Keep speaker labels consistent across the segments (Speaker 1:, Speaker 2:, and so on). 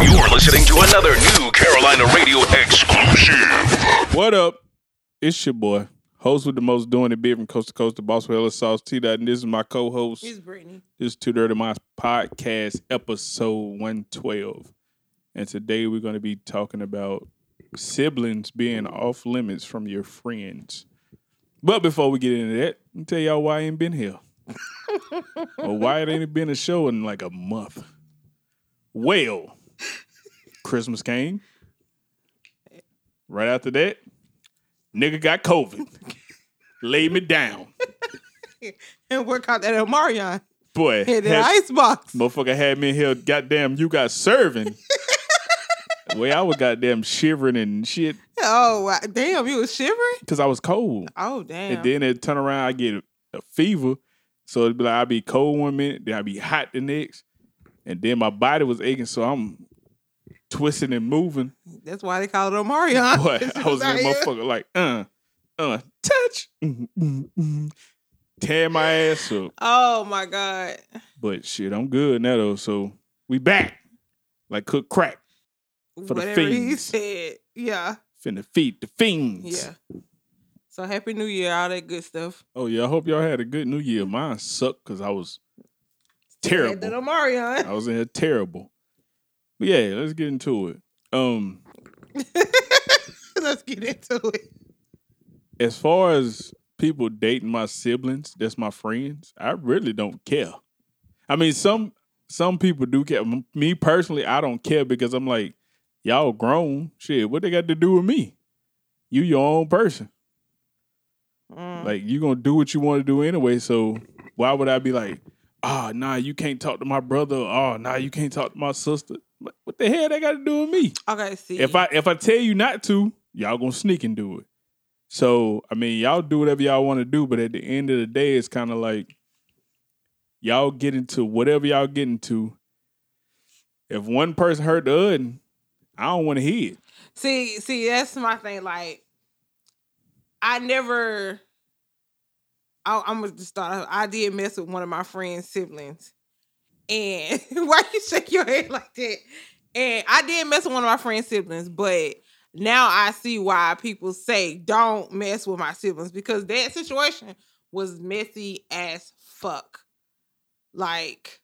Speaker 1: You're listening to another new Carolina Radio exclusive.
Speaker 2: What up? It's your boy, host with the most doing it big from coast to coast, the boss with Hella Sauce T. Dot, and this is my co-host.
Speaker 3: It's Brittany.
Speaker 2: This is Two Dirty Minds podcast, episode one twelve, and today we're going to be talking about siblings being off limits from your friends. But before we get into that, I'll tell y'all why I ain't been here, or why it ain't been a show in like a month. Well, Christmas came. Right after that, nigga got COVID, laid me down.
Speaker 3: And work out that Omarion
Speaker 2: Boy,
Speaker 3: in the
Speaker 2: had-
Speaker 3: icebox.
Speaker 2: Motherfucker had me in here. Goddamn, you got serving. The Way I was goddamn shivering and shit
Speaker 3: Oh, wow. damn, you was shivering?
Speaker 2: because I was cold.
Speaker 3: Oh, damn.
Speaker 2: And then it turn around, I get a fever. So it'd be like I'd be cold one minute, then I'd be hot the next. And then my body was aching, so I'm twisting and moving.
Speaker 3: That's why they call it Omarion.
Speaker 2: Boy,
Speaker 3: It's
Speaker 2: I was in
Speaker 3: out
Speaker 2: that
Speaker 3: here.
Speaker 2: motherfucker like, uh, uh, touch. Mm, mm, mm. Tear my ass up.
Speaker 3: Oh, my God.
Speaker 2: But shit, I'm good now though. So we back. Like cook crack. the
Speaker 3: Whatever he
Speaker 2: fiends.
Speaker 3: said. Yeah.
Speaker 2: Finna feed the fiends.
Speaker 3: Yeah. So, Happy New Year, all that good stuff.
Speaker 2: Oh yeah, I hope y'all had a good New Year. Mine sucked because I was
Speaker 3: Had that
Speaker 2: terrible. I
Speaker 3: Omarion.
Speaker 2: was in here terrible. But yeah, let's get into it. Um,
Speaker 3: Let's get into it.
Speaker 2: as far as people dating my siblings, that's my friends. I really don't care. I mean, some some people do care. M- Me personally, I don't care because I'm like, y'all grown. Shit, what they got to do with me? You your own person.
Speaker 3: Mm.
Speaker 2: Mm-hmm. Like you gonna do what you want to do anyway. So why would I be like, oh nah, you can't talk to my brother. Oh nah, you can't talk to my sister. Like, What the hell they got to do with me?
Speaker 3: okay, see.
Speaker 2: If I if I tell you not to, y'all gonna sneak and do it. So I mean, y'all do whatever y'all want to do, but at the end of the day, it's kind of like y'all get into whatever y'all get into. If one person hurt the other, I don't want to hear it.
Speaker 3: See, see, that's my thing. Like, I never. I, I'm gonna just start. off. I did mess with one of my friend's siblings, and why you shake your head like that? And I did mess with one of my friend's siblings, but now I see why people say don't mess with my siblings because that situation was messy as fuck. Like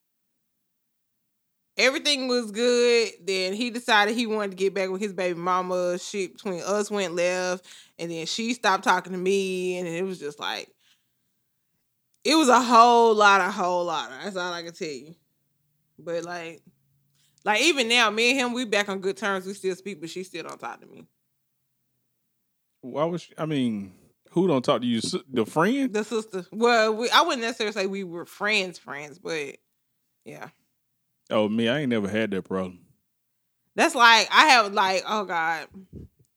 Speaker 3: everything was good. Then he decided he wanted to get back with his baby mama. Shit between us went left, and then she stopped talking to me, and it was just like it was a whole lot, a whole lot. That's all I can tell you. But like, like even now, me and him, we back on good terms. We still speak, but she still don't talk to me.
Speaker 2: Why was she- I mean, who don't talk to you? S- The friend?
Speaker 3: The sister. Well, we, I wouldn't necessarily say we were friends, friends, but yeah.
Speaker 2: Oh me, I ain't never had that problem.
Speaker 3: That's like I have like oh god.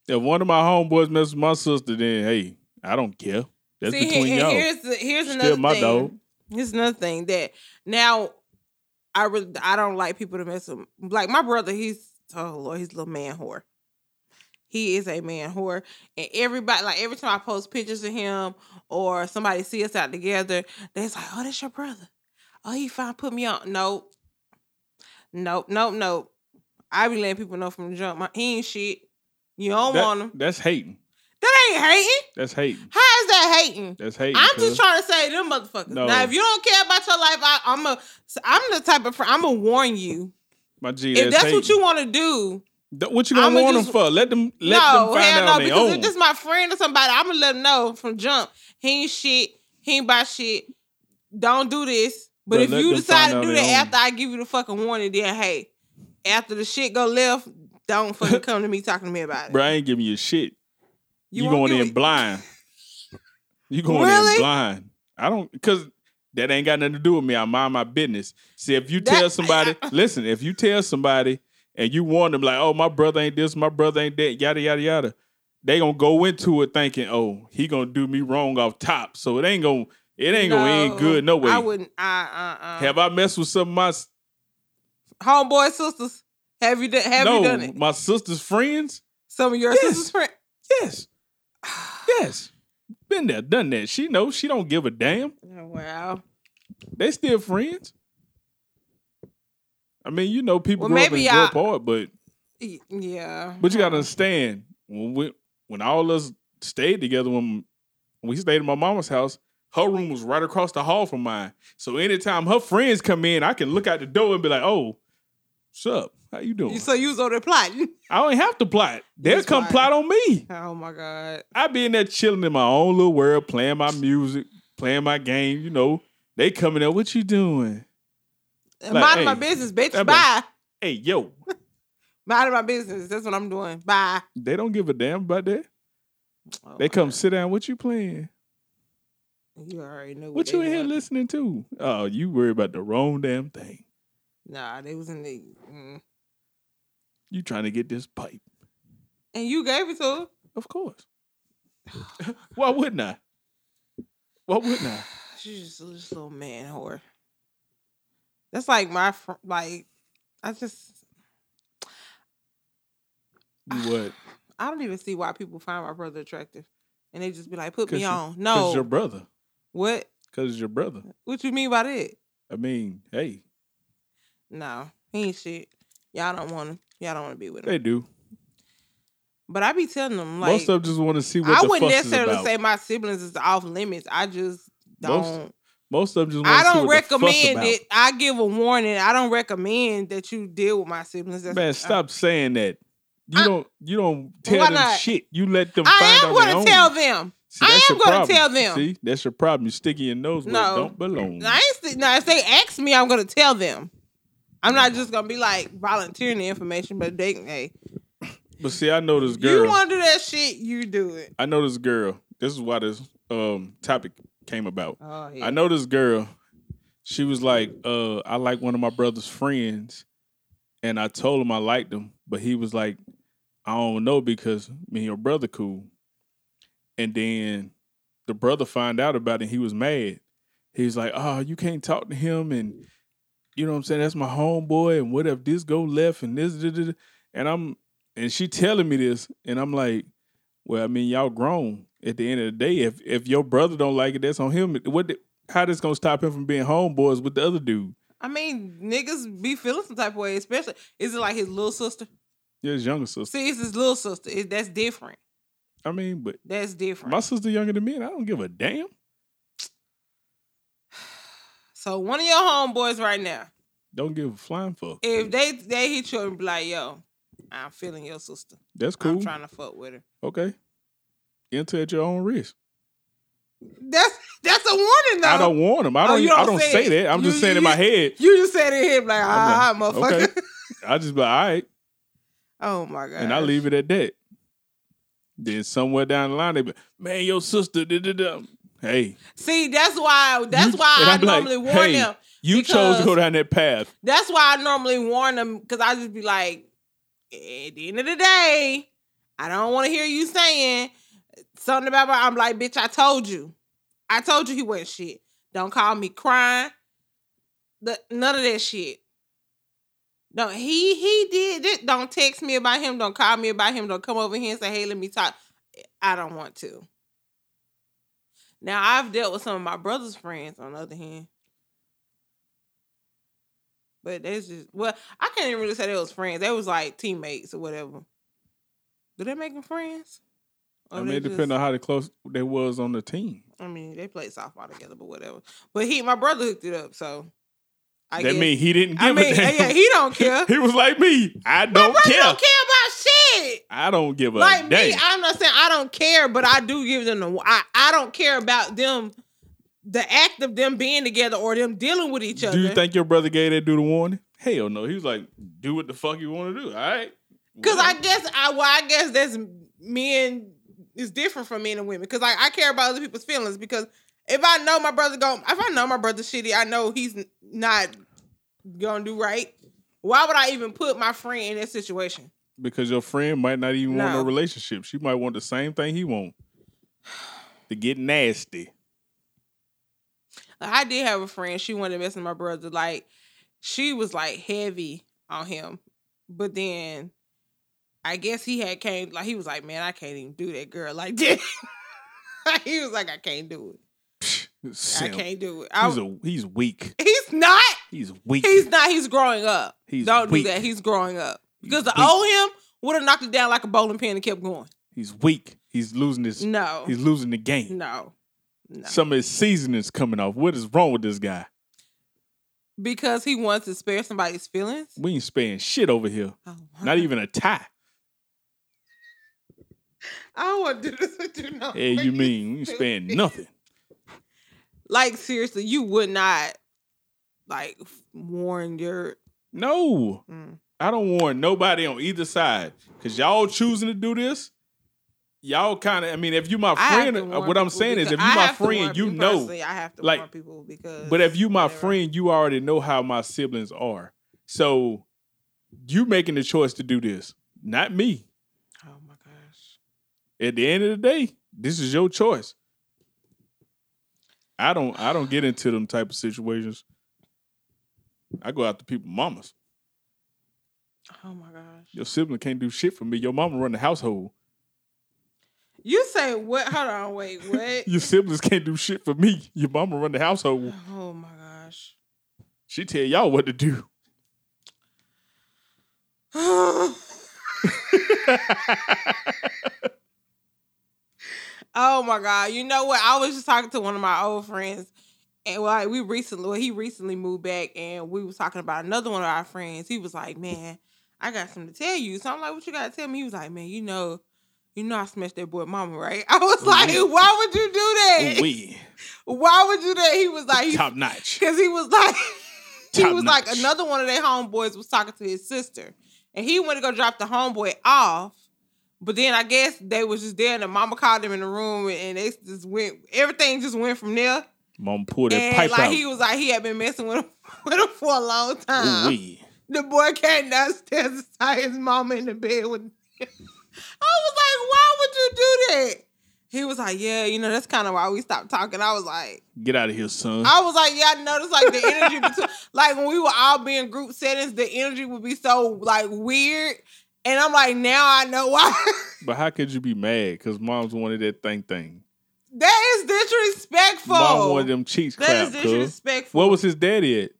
Speaker 2: If one of my homeboys messes with my sister, then hey, I don't care. That's
Speaker 3: See,
Speaker 2: between
Speaker 3: and
Speaker 2: y'all.
Speaker 3: here's the, here's
Speaker 2: Still
Speaker 3: another
Speaker 2: my
Speaker 3: thing.
Speaker 2: dog.
Speaker 3: Here's another thing that now I really I don't like people to mess with. Like my brother, he's oh lord, he's a little man whore. He is a man whore, and everybody like every time I post pictures of him or somebody see us out together, they's like, oh, that's your brother. Oh, he fine put me on. Nope, nope, nope, nope. I be letting people know from the jump. My, he ain't shit. You don't
Speaker 2: That-
Speaker 3: want him.
Speaker 2: That's hating.
Speaker 3: That ain't hating.
Speaker 2: That's hating.
Speaker 3: How is that hating?
Speaker 2: That's hating.
Speaker 3: I'm
Speaker 2: cuz.
Speaker 3: just trying to say them motherfuckers.
Speaker 2: No.
Speaker 3: Now, if you don't care about your life, I, I'm a, I'm the type of friend. I'm gonna warn you.
Speaker 2: my G.
Speaker 3: If that's what
Speaker 2: hating.
Speaker 3: you want to do,
Speaker 2: Th- What you gonna
Speaker 3: I'ma
Speaker 2: want them
Speaker 3: just-
Speaker 2: for? Let them let
Speaker 3: no,
Speaker 2: them find
Speaker 3: hell
Speaker 2: out
Speaker 3: no.
Speaker 2: on their
Speaker 3: Because
Speaker 2: own.
Speaker 3: if this my friend or somebody, I'm gonna let them know from jump. He ain't shit. He ain't about shit. Don't do this. But,
Speaker 2: But
Speaker 3: if
Speaker 2: let
Speaker 3: you
Speaker 2: them
Speaker 3: decide
Speaker 2: find
Speaker 3: to
Speaker 2: out
Speaker 3: do
Speaker 2: on
Speaker 3: that
Speaker 2: their own.
Speaker 3: after I give you the fucking warning, then hey, after the shit go left, don't fucking come to me talking to me about it.
Speaker 2: Bro, I ain't giving you shit. You,
Speaker 3: won't
Speaker 2: going
Speaker 3: do
Speaker 2: in
Speaker 3: it.
Speaker 2: blind. You going
Speaker 3: Really?
Speaker 2: in blind. I don't because that ain't got nothing to do with me. I mind my business. See, if you
Speaker 3: That-
Speaker 2: tell somebody, listen, if you tell somebody and you warn them like, oh, my brother ain't this, my brother ain't that, yada yada yada, they gonna go into it thinking, oh, he gonna do me wrong off top. So it ain't gonna it ain't gonna end good no way.
Speaker 3: I wouldn't. I uh uh.
Speaker 2: Have I messed with some of my s-
Speaker 3: homeboy sisters? Have you done? Have
Speaker 2: no
Speaker 3: you done it?
Speaker 2: my sister's friends?
Speaker 3: Some of your
Speaker 2: Yes.
Speaker 3: sister's friends.
Speaker 2: Yes. Yes. Been there, done that. She knows she don't give a damn.
Speaker 3: Oh, wow.
Speaker 2: They still friends. I mean, you know, people
Speaker 3: Well,
Speaker 2: grow up
Speaker 3: maybe
Speaker 2: and grow
Speaker 3: I-
Speaker 2: apart, but
Speaker 3: Y- Yeah.
Speaker 2: But you gotta understand when we when all us stayed together when when we stayed at my mama's house, her room was right across the hall from mine. So anytime her friends come in, I can look out the door and be like, "Oh, what's up? How you doing?"
Speaker 3: You- So you was over there plotting.
Speaker 2: I don't have to plot. They'll
Speaker 3: just
Speaker 2: come
Speaker 3: plotting.
Speaker 2: plot on me.
Speaker 3: Oh my god.
Speaker 2: I be in there chilling in my own little world, playing my music, playing my game. You know, they coming up. What you doing?
Speaker 3: Mind
Speaker 2: hey,
Speaker 3: my business, bitch.
Speaker 2: that boy-
Speaker 3: Bye.
Speaker 2: Hey, yo,
Speaker 3: Mind my business. That's what I'm doing. Bye.
Speaker 2: they don't give a damn about that.
Speaker 3: Oh,
Speaker 2: They come sit down. What you playing?
Speaker 3: You already know
Speaker 2: What
Speaker 3: they
Speaker 2: you in here
Speaker 3: want.
Speaker 2: listening to? Oh, you worry about the wrong damn thing.
Speaker 3: Nah, they was in the. Mm.
Speaker 2: You trying to get this pipe?
Speaker 3: And you gave it to her.
Speaker 2: Of course. Why wouldn't I? Why wouldn't I?
Speaker 3: She's just a just a little man whore. That's like my fr- like. I just
Speaker 2: You What?
Speaker 3: I don't even see why people find my brother attractive, and they just be like, "Put
Speaker 2: 'Cause
Speaker 3: me
Speaker 2: you-
Speaker 3: on."
Speaker 2: Because
Speaker 3: No,
Speaker 2: your brother.
Speaker 3: what?
Speaker 2: Because your brother.
Speaker 3: What you mean by that?
Speaker 2: I mean, hey,
Speaker 3: No, he ain't shit. Y'all don't want him. Y'all don't want to be with him.
Speaker 2: they do.
Speaker 3: But I be telling them Mm, like,
Speaker 2: Most of them just want to see what
Speaker 3: I
Speaker 2: the
Speaker 3: wouldn't
Speaker 2: fuss
Speaker 3: necessarily
Speaker 2: is about.
Speaker 3: say my siblings is off limits. I just
Speaker 2: Most-
Speaker 3: don't.
Speaker 2: Most of them just
Speaker 3: I
Speaker 2: want to see
Speaker 3: don't
Speaker 2: what the fuss
Speaker 3: recommend
Speaker 2: about.
Speaker 3: it. I give a warning. I don't recommend that you deal with my siblings. That's, uh,
Speaker 2: Man, stop saying that. You
Speaker 3: I-
Speaker 2: don't. You don't tell
Speaker 3: Why
Speaker 2: them
Speaker 3: not?
Speaker 2: shit. You let them.
Speaker 3: I
Speaker 2: find
Speaker 3: am
Speaker 2: on their
Speaker 3: going
Speaker 2: own.
Speaker 3: to tell them.
Speaker 2: See,
Speaker 3: I
Speaker 2: that's
Speaker 3: am
Speaker 2: your
Speaker 3: gonna
Speaker 2: problem.
Speaker 3: tell them.
Speaker 2: See, that's your problem. You're sticking your nose where
Speaker 3: No.
Speaker 2: it don't belong.
Speaker 3: Now, I ain't st- now, if they ask me, I'm going to tell them. I'm not just going to be like volunteering the information, but they, hey,
Speaker 2: But see, I know this
Speaker 3: you
Speaker 2: girl.
Speaker 3: want to do that shit, you do it.
Speaker 2: I know this girl. This is why this um topic came about.
Speaker 3: Oh,
Speaker 2: I know this girl. She was like, uh, I like one of my brother's friends, and I told him I liked him, but he was like, I don't know because me and your brother cool. And then the brother find out about it and he was mad. He's like, Oh, you can't talk to him and you know what I'm saying? That's my homeboy and what if this go left and this da, da, da. and I'm and she telling me this and I'm like, Well, I mean, y'all grown at the end of the day. If if your brother don't like it, that's on him. What the, how this gonna stop him from being homeboys with the other dude?
Speaker 3: I mean, niggas be feeling some type of way, especially, is it like his little sister?
Speaker 2: His younger sister.
Speaker 3: See, it's his little sister. It, that's different.
Speaker 2: I mean, but
Speaker 3: That's different.
Speaker 2: my sister younger than me and I don't give a damn.
Speaker 3: so, one of your homeboys right now,
Speaker 2: Don't give a flying fuck.
Speaker 3: if they they hit you and be like, yo, I'm feeling your sister.
Speaker 2: That's
Speaker 3: I'm
Speaker 2: cool.
Speaker 3: trying to fuck with her.
Speaker 2: Okay. Enter at your own risk.
Speaker 3: That's that's a warning though.
Speaker 2: I don't want them. I
Speaker 3: Oh,
Speaker 2: don't.
Speaker 3: you
Speaker 2: I
Speaker 3: don't
Speaker 2: don't
Speaker 3: say
Speaker 2: say
Speaker 3: it.
Speaker 2: that. I'm
Speaker 3: You-
Speaker 2: just saying
Speaker 3: you-
Speaker 2: in my head.
Speaker 3: You just said it here like, ah,
Speaker 2: I'm like,
Speaker 3: motherfucker.
Speaker 2: okay. I just be like, all right,
Speaker 3: Oh my god.
Speaker 2: and I leave it at that. Then somewhere down the line, they be, man, your sister. Da, da, da. Hey,
Speaker 3: See, that's why that's
Speaker 2: You-
Speaker 3: why
Speaker 2: and
Speaker 3: I
Speaker 2: I'm like,
Speaker 3: normally warn
Speaker 2: hey.
Speaker 3: them.
Speaker 2: you chose
Speaker 3: Because-
Speaker 2: to go down that path.
Speaker 3: That's why I normally warn them because I just be like, at the end of the day, I don't want to hear you saying something about my. I'm like, bitch, I told you, I told you he wasn't shit. Don't call me crying. The, none of that shit. Don't he he did it. Don't text me about him. Don't call me about him. Don't come over here and say, hey, let me talk. I don't want to. Now I've dealt with some of my brother's friends. On the other hand, but that's just well, I can't even really say they was friends. They was like teammates or whatever. Do they make them friends? Or
Speaker 2: I mean,
Speaker 3: Oh, they
Speaker 2: it depends
Speaker 3: just-
Speaker 2: on how the close they was on the team.
Speaker 3: I mean, they played softball together, but whatever. But he, my brother, hooked it up, so I
Speaker 2: that
Speaker 3: guess.
Speaker 2: mean he didn't give
Speaker 3: I mean,
Speaker 2: a damn.
Speaker 3: yeah, he don't care.
Speaker 2: He was like me. I
Speaker 3: my
Speaker 2: don't
Speaker 3: brother
Speaker 2: care.
Speaker 3: don't care about shit.
Speaker 2: I don't give a
Speaker 3: like
Speaker 2: damn.
Speaker 3: me, I'm not saying I don't care, but I do give them the. I, I don't care about them, the act of them being together or them dealing with each other.
Speaker 2: Do you think your brother gave that dude a warning? Hell no. He was like, do what the fuck you want to do. All right.
Speaker 3: Because I guess I well, I guess that's men is different from men and women. Because like I care about other people's feelings. Because if I know my brother going, if I know my brother's shitty, I know he's n- not gonna do right. Why would I even put my friend in that situation?
Speaker 2: because your friend might not even want
Speaker 3: No.
Speaker 2: a relationship. She might want the same thing he want. To get nasty.
Speaker 3: Like, I did have a friend. She wanted to mess with my brother. Like she was like heavy on him, but then. I guess he had came like he was like, man, I can't even do that girl like that. he was like, I can't do it.
Speaker 2: Simp.
Speaker 3: I can't do it. I,
Speaker 2: he's a he's weak.
Speaker 3: He's not.
Speaker 2: He's weak.
Speaker 3: He's not. He's growing up.
Speaker 2: He's
Speaker 3: Don't
Speaker 2: weak.
Speaker 3: do that. He's growing up. Because the
Speaker 2: He's-
Speaker 3: old him would have knocked it down like a bowling pin and kept going.
Speaker 2: He's weak. He's losing his.
Speaker 3: No.
Speaker 2: He's losing the game.
Speaker 3: No. No.
Speaker 2: Some of his season is coming off. What is wrong with this guy?
Speaker 3: because he wants to spare somebody's feelings.
Speaker 2: We ain't sparing shit over here.
Speaker 3: Oh, my
Speaker 2: Not
Speaker 3: God.
Speaker 2: even a tie.
Speaker 3: I don't want to do this with you. No.
Speaker 2: Hey, you mean we ain't sparing nothing?
Speaker 3: Like seriously, you would not like warn your.
Speaker 2: No,
Speaker 3: Mm.
Speaker 2: I don't warn nobody on either side because y'all choosing to do this. Y'all kind of. I mean, if you my
Speaker 3: I have
Speaker 2: friend, uh,
Speaker 3: to warn
Speaker 2: what I'm
Speaker 3: people
Speaker 2: saying is, if
Speaker 3: because-
Speaker 2: you
Speaker 3: I
Speaker 2: my
Speaker 3: have to warn
Speaker 2: friend, you
Speaker 3: people
Speaker 2: know.
Speaker 3: personally, I have to
Speaker 2: like-
Speaker 3: warn people because.
Speaker 2: But if you my
Speaker 3: whatever.
Speaker 2: friend, you already know how my siblings are. So you making the choice to do this, not me.
Speaker 3: oh my gosh,
Speaker 2: At the end of the day, this is your choice. I don't I don't get into them type of situations. I go after people mamas.
Speaker 3: oh my gosh,
Speaker 2: Your sibling can't do shit for me. Your mama run the household.
Speaker 3: you say what? Hold on, wait, what?
Speaker 2: Your siblings can't do shit for me. Your mama run the household.
Speaker 3: oh my gosh.
Speaker 2: She tell y'all what to do.
Speaker 3: oh Oh my god! You know what? I was just talking to one of my old friends, and like we recently, well, he recently moved back, and we was talking about another one of our friends. He was like, "Man, I got something to tell you." So I'm like, "What you got to tell me?" He was like, "Man, you know, you know, I smashed that boy, mama, right?" I was
Speaker 2: Ooh,
Speaker 3: like,
Speaker 2: yeah.
Speaker 3: "Why would you do that?
Speaker 2: we
Speaker 3: Why would you do that?" He was like,
Speaker 2: top notch.
Speaker 3: because he was like, he
Speaker 2: Top
Speaker 3: was like
Speaker 2: notch.
Speaker 3: another one of their homeboys was talking to his sister, and he went to go drop the homeboy off. But then I guess they was just there, and the mama called him in the room, and they just went. Everything just went from there,
Speaker 2: Mom pulled that
Speaker 3: and
Speaker 2: pipe
Speaker 3: like
Speaker 2: out.
Speaker 3: he was uh, like he had been messing with him, with him for a long time.
Speaker 2: Ooh-wee.
Speaker 3: The boy came downstairs and saw his mama in the bed with. I was like, why would you do that? He was like, yeah, you know, that's kind of why we stopped talking. I was like,
Speaker 2: Get out of here, son.
Speaker 3: I was like, yeah, I noticed like the energy between, like when we would all be in group settings, the energy would be so like weird. And I'm like, now I know why.
Speaker 2: But how could you be mad? Because mom's wanted that thing thing.
Speaker 3: that is disrespectful.
Speaker 2: Mom wanted them cheeks
Speaker 3: that is
Speaker 2: clapped. cuz.
Speaker 3: disrespectful.
Speaker 2: What was his daddy at?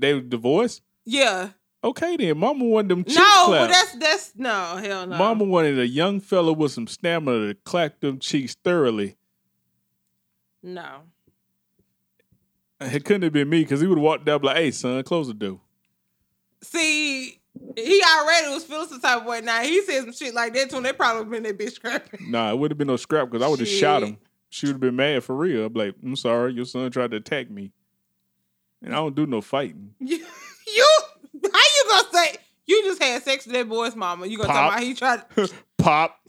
Speaker 2: They were divorced?
Speaker 3: Yeah.
Speaker 2: Okay then. Mama wanted them cheeks
Speaker 3: No, but
Speaker 2: clapped.
Speaker 3: that's that's no hell no.
Speaker 2: Mama wanted a young fella with some stamina to clap them cheeks thoroughly.
Speaker 3: No.
Speaker 2: It couldn't have been me because he would have walked down like, hey, son, close the door.
Speaker 3: See, he already was feeling some type of way. Now he said some shit like that to him. They probably been that bitch crapping.
Speaker 2: Nah, it would have been no scrap because I would have shot
Speaker 3: Shit.
Speaker 2: him. She would have been mad for real. I'm like, I'm sorry, your son tried to attack me. And I don't do no fighting.
Speaker 3: You, you how you gonna say you just had sex with that boy's mama? You gonna talk
Speaker 2: Pop.
Speaker 3: about he tried?
Speaker 2: Pop.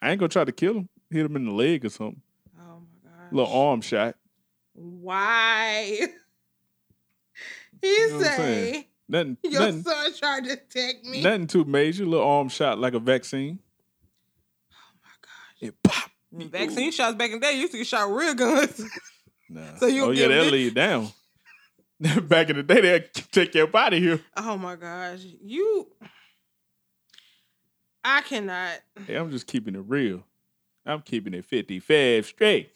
Speaker 2: I ain't gonna try to kill him. Hit him in the leg or something.
Speaker 3: Oh my god.
Speaker 2: Little arm shot.
Speaker 3: Why? he
Speaker 2: know what I'm saying?
Speaker 3: say
Speaker 2: Nothing,
Speaker 3: your
Speaker 2: nothing,
Speaker 3: son tried to attack me.
Speaker 2: nothing too major. Little arm shot like a vaccine.
Speaker 3: Oh
Speaker 2: It pop.
Speaker 3: When Vaccine shots back in the day you used to get shot with real guns.
Speaker 2: Nah.
Speaker 3: So you
Speaker 2: oh yeah,
Speaker 3: get
Speaker 2: they'll
Speaker 3: lick-
Speaker 2: lay you down. Back in the day, they'll take your body here.
Speaker 3: oh my gosh, you! I cannot.
Speaker 2: Hey, I'm just keeping it real. I'm keeping it 55 straight.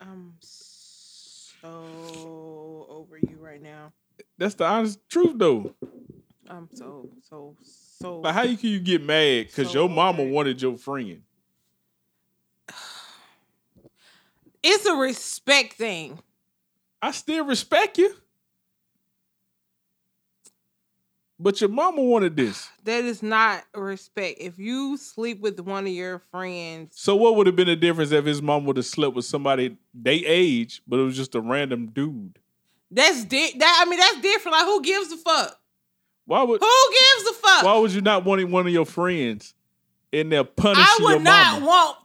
Speaker 3: I'm so over you right now.
Speaker 2: That's the honest truth, though.
Speaker 3: I'm so so so.
Speaker 2: Like, how you can you get mad because
Speaker 3: So
Speaker 2: your mama
Speaker 3: okay.
Speaker 2: wanted your friend?
Speaker 3: it's a respect thing.
Speaker 2: I still respect you, but your mama wanted this.
Speaker 3: That is not respect. If you sleep with one of your friends,
Speaker 2: So what would have been the difference if his mom would have slept with somebody they age, but it was just a random dude?
Speaker 3: that's di- that. I mean, that's different. Like, who gives a fuck?
Speaker 2: Why would
Speaker 3: Who gives a fuck?
Speaker 2: why would you not want one of your friends in there punishing
Speaker 3: I
Speaker 2: your
Speaker 3: would not
Speaker 2: mama?
Speaker 3: want.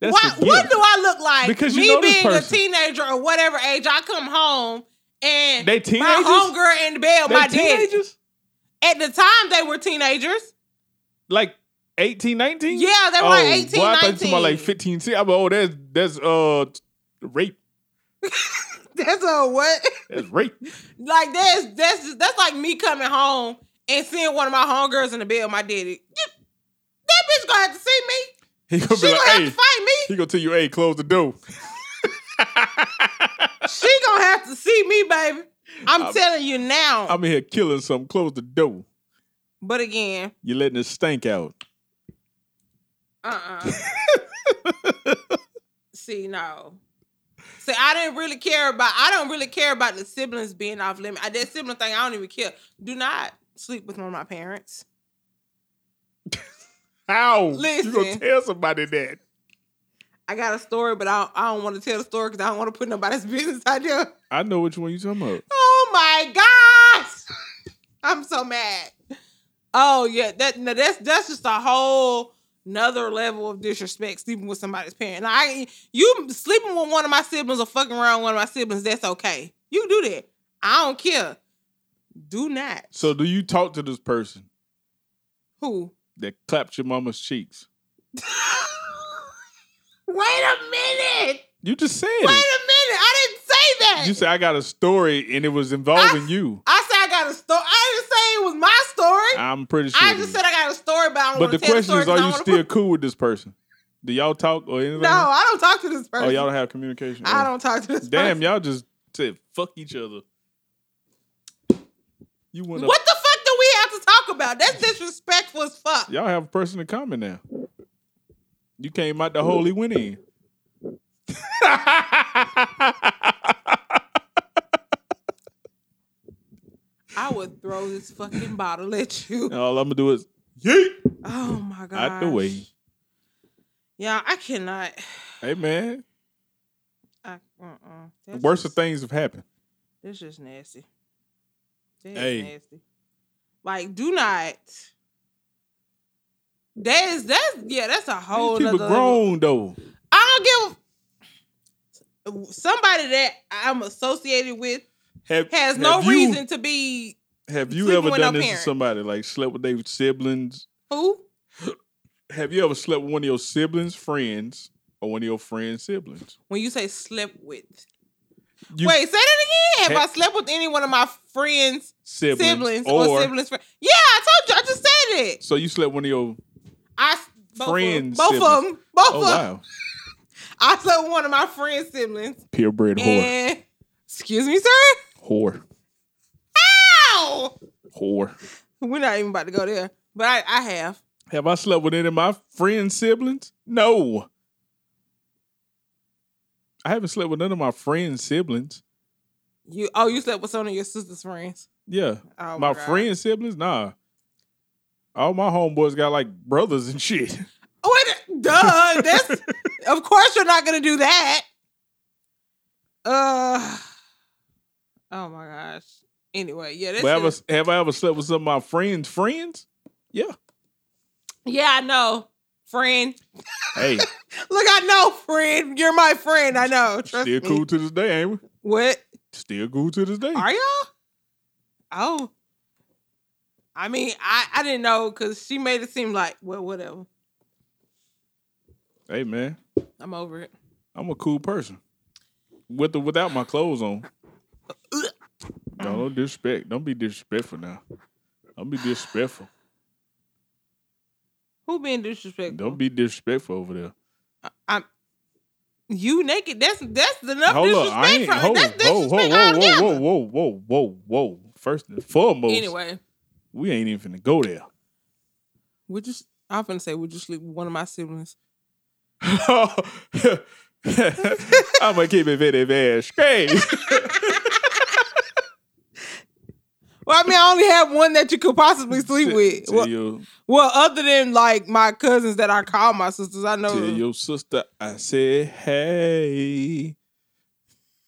Speaker 2: That's
Speaker 3: why,
Speaker 2: the
Speaker 3: what
Speaker 2: gift.
Speaker 3: do I look like?
Speaker 2: Because you
Speaker 3: me
Speaker 2: know this
Speaker 3: being a
Speaker 2: person.
Speaker 3: teenager or whatever age, I come home and
Speaker 2: They
Speaker 3: my
Speaker 2: teenagers?
Speaker 3: homegirl in the bed, with
Speaker 2: They
Speaker 3: my dad.
Speaker 2: teenagers?
Speaker 3: At the time, they were teenagers.
Speaker 2: Like 18, 19?
Speaker 3: Yeah, they were
Speaker 2: oh,
Speaker 3: like
Speaker 2: boy,
Speaker 3: 18,
Speaker 2: I thought you
Speaker 3: 19.
Speaker 2: talking about like 15, 16. I'm like, oh, that's that's uh rape.
Speaker 3: That's a what?
Speaker 2: That's rape.
Speaker 3: like that's that's that's like me coming home and seeing one of my homegirls in the bed with my daddy. You- That bitch gonna have to see me.
Speaker 2: He gonna
Speaker 3: She
Speaker 2: be
Speaker 3: gonna
Speaker 2: like,
Speaker 3: have
Speaker 2: hey,
Speaker 3: to fight me.
Speaker 2: he gonna tell you, hey, close the door.
Speaker 3: She gonna have to see me, baby. I'm,
Speaker 2: I'm-
Speaker 3: telling you now.
Speaker 2: I'm in here killing something. Close the door.
Speaker 3: but again,
Speaker 2: You're letting it stink out.
Speaker 3: uh uh See, no. See, I didn't really care about. I don't really care about the siblings being off limit. I- That sibling thing, I don't even care. Do not sleep with one of my parents.
Speaker 2: How?
Speaker 3: Listen.
Speaker 2: You gonna tell somebody that?
Speaker 3: I got a story, but I don't, I don't want to tell the story because I don't want to put nobody's business out there.
Speaker 2: I know which one you talking about.
Speaker 3: Oh my gosh! I'm so mad. Oh yeah, that no, that's that's just a whole another level of disrespect sleeping with somebody's parent. Now, I you sleeping with one of my siblings or fucking around with one of my siblings, that's okay. You can do that. I don't care. Do not.
Speaker 2: So do you talk to this person
Speaker 3: who?
Speaker 2: that clapped your mama's cheeks?
Speaker 3: Wait a minute.
Speaker 2: You just said
Speaker 3: Wait
Speaker 2: it.
Speaker 3: a minute. I didn't say that.
Speaker 2: You said I got a story and it was involving you.
Speaker 3: I said I got a story. I didn't say it was my story.
Speaker 2: I'm pretty sure.
Speaker 3: I
Speaker 2: it
Speaker 3: just
Speaker 2: is.
Speaker 3: said I got a story, but I don't
Speaker 2: but
Speaker 3: want
Speaker 2: the
Speaker 3: to tell the
Speaker 2: question
Speaker 3: story.
Speaker 2: is, are
Speaker 3: 'cause I
Speaker 2: you
Speaker 3: don't
Speaker 2: still
Speaker 3: wanna put-
Speaker 2: cool with this person? Do y'all talk or anything?
Speaker 3: No, I don't talk to this person.
Speaker 2: Oh, y'all don't have communication.
Speaker 3: I
Speaker 2: Oh.
Speaker 3: don't talk to this
Speaker 2: Damn,
Speaker 3: person.
Speaker 2: y'all just said fuck each other. You went up.
Speaker 3: What the fuck do we have to talk about? That's disrespectful as fuck.
Speaker 2: Y'all have a person in common now. You came out the holy went in.
Speaker 3: I would throw this fucking bottle at you.
Speaker 2: All I'm gonna do is yeet
Speaker 3: Oh my god.
Speaker 2: out the way.
Speaker 3: Yeah, I cannot.
Speaker 2: Hey man,
Speaker 3: I, uh-uh.
Speaker 2: the
Speaker 3: That's
Speaker 2: worst of
Speaker 3: just-
Speaker 2: things have happened.
Speaker 3: That's just nasty. That's
Speaker 2: Hey.
Speaker 3: nasty. Like, do not. That is that's yeah, that's a whole
Speaker 2: These people
Speaker 3: nother level.
Speaker 2: grown though.
Speaker 3: I don't give a- somebody that I'm associated with
Speaker 2: Have,
Speaker 3: has no
Speaker 2: have you-
Speaker 3: reason to be
Speaker 2: Have you
Speaker 3: sleeping
Speaker 2: ever
Speaker 3: with no
Speaker 2: done this
Speaker 3: parent.
Speaker 2: to somebody? Like slept with their siblings?
Speaker 3: who?
Speaker 2: Have you ever slept with one of your siblings' friends or one of your friends' siblings?
Speaker 3: When you say slept with.
Speaker 2: You
Speaker 3: Wait, say that again. Have,
Speaker 2: Have-
Speaker 3: I slept with any one of my friends,
Speaker 2: siblings,
Speaker 3: siblings, or, siblings' friends? Yeah, I told you. I just said it.
Speaker 2: So you slept with one of your
Speaker 3: I s- both
Speaker 2: Friends,
Speaker 3: Of, them. both of them. Both
Speaker 2: oh
Speaker 3: of them.
Speaker 2: wow
Speaker 3: I slept with one of my friends' siblings.
Speaker 2: purebred whore
Speaker 3: And excuse me, sir.
Speaker 2: whore
Speaker 3: Ow!
Speaker 2: whore.
Speaker 3: We're not even about to go there. But I, I have.
Speaker 2: Have I slept with any of my friends' siblings? No. I haven't slept with none of my friends' siblings.
Speaker 3: You oh, you slept with some of your sister's friends.
Speaker 2: Yeah.
Speaker 3: Oh,
Speaker 2: my
Speaker 3: God.
Speaker 2: friends' siblings? Nah. All my homeboys got like brothers and shit.
Speaker 3: Oh, wait, duh. That's of course you're not gonna do that. Uh. Oh my gosh. Anyway, yeah, that's
Speaker 2: But have, I, have I ever slept with some of my friends' friends? Yeah.
Speaker 3: yeah, I know, friend.
Speaker 2: Hey,
Speaker 3: Look, I know, friend. You're my friend. I know. Trust
Speaker 2: still
Speaker 3: me.
Speaker 2: cool to this day, ain't we?
Speaker 3: What
Speaker 2: Still cool to this day.
Speaker 3: are y'all? Oh, I mean, I I didn't know because she made it seem like well, whatever.
Speaker 2: Hey, man,
Speaker 3: I'm over it.
Speaker 2: I'm a cool person. With or without my clothes on. No, don't disrespect. Don't be disrespectful now. Don't be disrespectful.
Speaker 3: Who being disrespectful?
Speaker 2: Don't be disrespectful over there.
Speaker 3: You naked? That's that's enough
Speaker 2: Hold up,
Speaker 3: disrespect.
Speaker 2: I ain't.
Speaker 3: from,
Speaker 2: Hold,
Speaker 3: that's
Speaker 2: whoa,
Speaker 3: disrespect
Speaker 2: whoa, whoa,
Speaker 3: altogether.
Speaker 2: whoa, whoa, whoa, whoa, whoa. First and foremost,
Speaker 3: Anyway,
Speaker 2: we ain't even finna go there.
Speaker 3: would you? s- I'm finna say, would you sleep with one of my siblings?
Speaker 2: I'm gonna keep it very, very straight.
Speaker 3: Well, I mean, I only have one that you could possibly sleep with.
Speaker 2: Tell
Speaker 3: Well,
Speaker 2: your,
Speaker 3: well, other than like my cousins that I call my sisters, I know.
Speaker 2: tell your sister I said hey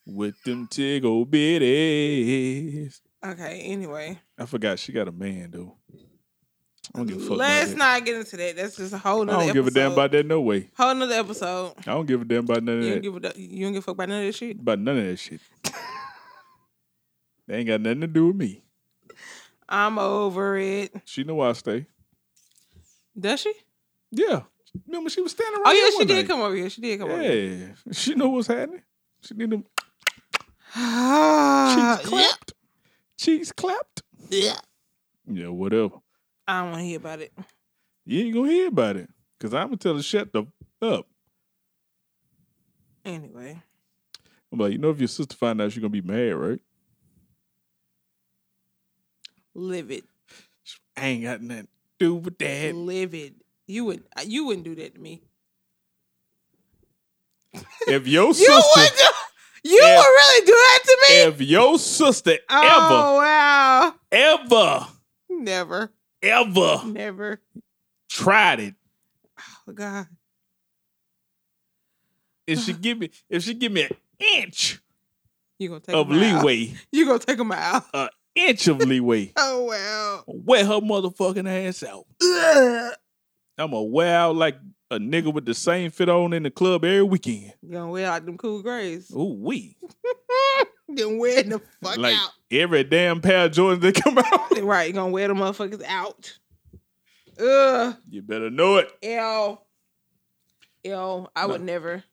Speaker 2: with them tickle bitties.
Speaker 3: Okay. Anyway,
Speaker 2: I forgot she got a man though. I don't give a fuck. about
Speaker 3: let's
Speaker 2: that.
Speaker 3: not get into that. That's just a whole.
Speaker 2: I
Speaker 3: Nother
Speaker 2: don't give a damn
Speaker 3: episode.
Speaker 2: about that. No way.
Speaker 3: Whole nother episode.
Speaker 2: I don't give a damn about none of
Speaker 3: You
Speaker 2: that.
Speaker 3: don't, give a, da- you don't give a fuck about none of this shit.
Speaker 2: about none of that shit. they ain't got nothing to do with me.
Speaker 3: I'm over it.
Speaker 2: She know where I stay.
Speaker 3: Does she?
Speaker 2: Yeah. Remember she was standing right
Speaker 3: Oh
Speaker 2: here
Speaker 3: yeah, she
Speaker 2: one
Speaker 3: did
Speaker 2: night.
Speaker 3: come over here. She did come over here.
Speaker 2: Yeah. She know what's happening. She need them cheeks
Speaker 3: Uh, yeah.
Speaker 2: clapped. Cheeks clapped. Yeah, whatever.
Speaker 3: I don't want to hear about it.
Speaker 2: You ain't gonna hear about it. Cause I'ma tell her shut the f- up.
Speaker 3: Anyway.
Speaker 2: I'm like, you know if your sister find out she's gonna be mad, right?
Speaker 3: livid,
Speaker 2: I ain't got nothing to do with that.
Speaker 3: Mm. livid. You would you wouldn't do that to me.
Speaker 2: If your
Speaker 3: You would.
Speaker 2: sister,
Speaker 3: Do, you
Speaker 2: Yeah.
Speaker 3: would really do that to me?
Speaker 2: if your sister
Speaker 3: Oh wow!
Speaker 2: ever,
Speaker 3: Never,
Speaker 2: ever, ever
Speaker 3: never.
Speaker 2: tried it,
Speaker 3: Oh God.
Speaker 2: if she give me, if she give me an inch
Speaker 3: You gonna take
Speaker 2: of
Speaker 3: him out.
Speaker 2: leeway,
Speaker 3: You gonna take him out.
Speaker 2: inch of leeway,
Speaker 3: Oh wow.
Speaker 2: wear her motherfucking ass out.
Speaker 3: Ugh.
Speaker 2: I'm a wear out like a nigga with the same fit on in the club every weekend.
Speaker 3: You gonna wear out them cool grays.
Speaker 2: Ooh wee,
Speaker 3: Then wear the fuck
Speaker 2: like
Speaker 3: out.
Speaker 2: every damn pair of Jordans that come out,
Speaker 3: Right, you gonna wear the motherfuckers out. Ugh.
Speaker 2: you better know it.
Speaker 3: L. L. I would
Speaker 2: No.
Speaker 3: never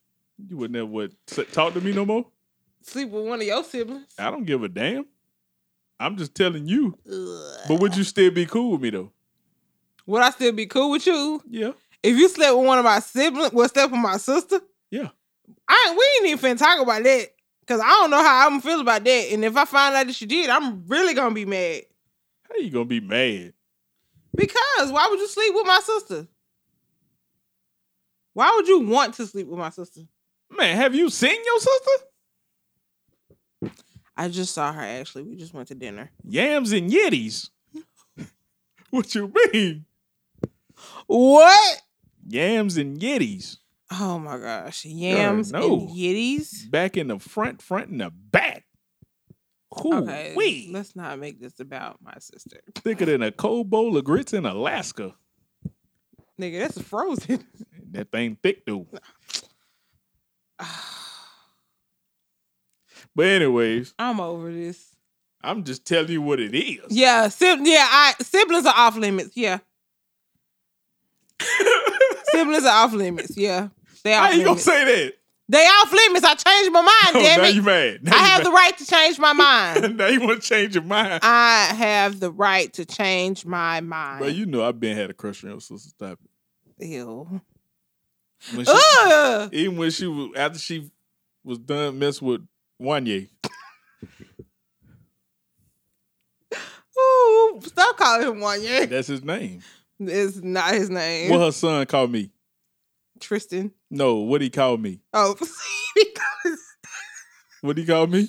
Speaker 2: You would never would sit- talk to me no more.
Speaker 3: sleep with one of your siblings.
Speaker 2: I don't give a damn. I'm just telling you.
Speaker 3: Ugh.
Speaker 2: But would you still be cool with me though?
Speaker 3: Would I still be cool with you
Speaker 2: Yeah.
Speaker 3: if you slept with one of my siblings? Well, slept with my sister.
Speaker 2: Yeah.
Speaker 3: I ain't- we ain't even finna talk about that because I don't know how I'm feel about that. And if I find out that you did, I'm really gonna be mad
Speaker 2: How you gonna be mad?
Speaker 3: because why would you sleep with my sister? Why would you want to sleep with my sister?
Speaker 2: Man, have you seen your sister?
Speaker 3: I just saw her actually. We just went to dinner.
Speaker 2: Yams and Yetis. what you mean?
Speaker 3: What?
Speaker 2: Yams and Yetis.
Speaker 3: Oh my gosh. Yams
Speaker 2: no.
Speaker 3: and yiddies.
Speaker 2: Back in the front, front and the back. Ooh,
Speaker 3: Okay.
Speaker 2: wee.
Speaker 3: Let's not make this about my sister.
Speaker 2: Thicker than a cold bowl of grits in Alaska.
Speaker 3: Nigga, that's frozen.
Speaker 2: That thing thick though. But anyways,
Speaker 3: I'm over this.
Speaker 2: I'm just telling you what it is.
Speaker 3: Yeah, sib- yeah, I siblings are off limits. Yeah. siblings are off limits. Yeah. They
Speaker 2: How
Speaker 3: off
Speaker 2: you gonna
Speaker 3: limits.
Speaker 2: say that?
Speaker 3: They off limits. I changed my mind,
Speaker 2: Oh,
Speaker 3: damn
Speaker 2: now
Speaker 3: it.
Speaker 2: you mad. Now
Speaker 3: I
Speaker 2: you
Speaker 3: have the right to change my mind.
Speaker 2: now you want to change your mind.
Speaker 3: I have the right to change my mind.
Speaker 2: But you know I've been had a crush on your sister. Stop it.
Speaker 3: Ew.
Speaker 2: When she-
Speaker 3: Ugh.
Speaker 2: even when she was after she was done mess with Wanye.
Speaker 3: Ooh, stop calling him one year.
Speaker 2: That's his name.
Speaker 3: It's not his name.
Speaker 2: What her son called me.
Speaker 3: Tristan.
Speaker 2: No, what he called me.
Speaker 3: Oh, because
Speaker 2: What he called me?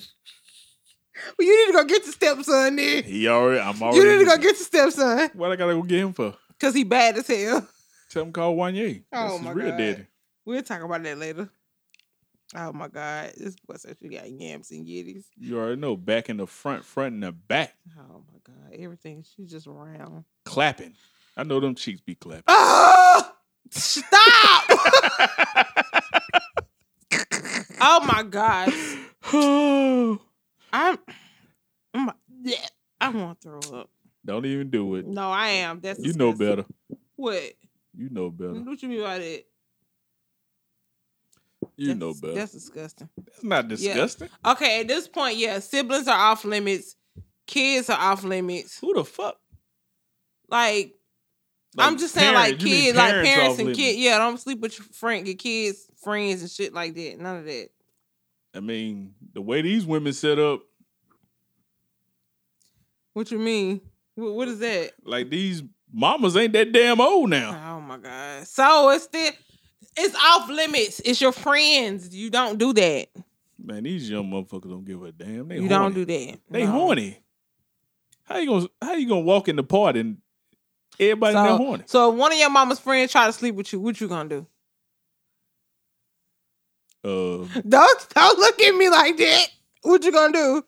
Speaker 3: you need to go get your stepson then.
Speaker 2: He already. I'm already.
Speaker 3: You need to go get your stepson
Speaker 2: What I gotta go get him for?
Speaker 3: because he bad as hell.
Speaker 2: Tell him call Wanye. That's
Speaker 3: Oh,
Speaker 2: his
Speaker 3: my
Speaker 2: real
Speaker 3: God.
Speaker 2: daddy.
Speaker 3: We'll talk about that later. Oh my God, this boy says you got yams and yiddies.
Speaker 2: You already know. Back in the front, front in the back,
Speaker 3: Oh my God, everything she's just round.
Speaker 2: clapping. I know them cheeks be clapping.
Speaker 3: Oh, stop! oh my God,
Speaker 2: Don't
Speaker 3: I'm, I'm, yeah, I want to throw up.
Speaker 2: even do it.
Speaker 3: No, I am. That's
Speaker 2: You know
Speaker 3: disgusting. Mm-hmm.
Speaker 2: better.
Speaker 3: What?
Speaker 2: You know better.
Speaker 3: What you mean by that?
Speaker 2: You know
Speaker 3: That's-
Speaker 2: better.
Speaker 3: That's disgusting.
Speaker 2: That's not disgusting.
Speaker 3: Okay, at this point, yeah, siblings are off limits. Kids are off limits.
Speaker 2: Who the fuck?
Speaker 3: Like, I'm
Speaker 2: Like
Speaker 3: just saying,
Speaker 2: parent-
Speaker 3: like
Speaker 2: you mean
Speaker 3: kids, like
Speaker 2: parents
Speaker 3: parents
Speaker 2: off
Speaker 3: and
Speaker 2: limits.
Speaker 3: kids. Yeah, don't sleep with your friend, your kids, friends, and shit like that. None of that.
Speaker 2: I mean, the way these women set up,
Speaker 3: What you mean? What, what is that?
Speaker 2: like these mamas ain't that damn old now.
Speaker 3: Oh my god! So it's still, it's off limits. It's your friends. You don't do that.
Speaker 2: Man, these young motherfuckers don't give a damn. They horny.
Speaker 3: you don't do that.
Speaker 2: They
Speaker 3: No.
Speaker 2: horny. How you gonna how you gonna walk in the party and everybody in there
Speaker 3: So,
Speaker 2: horny?
Speaker 3: so if one of your mama's friends try to sleep with you. What you gonna do?
Speaker 2: Uh,
Speaker 3: Don't don't look at me like that. What you gonna do?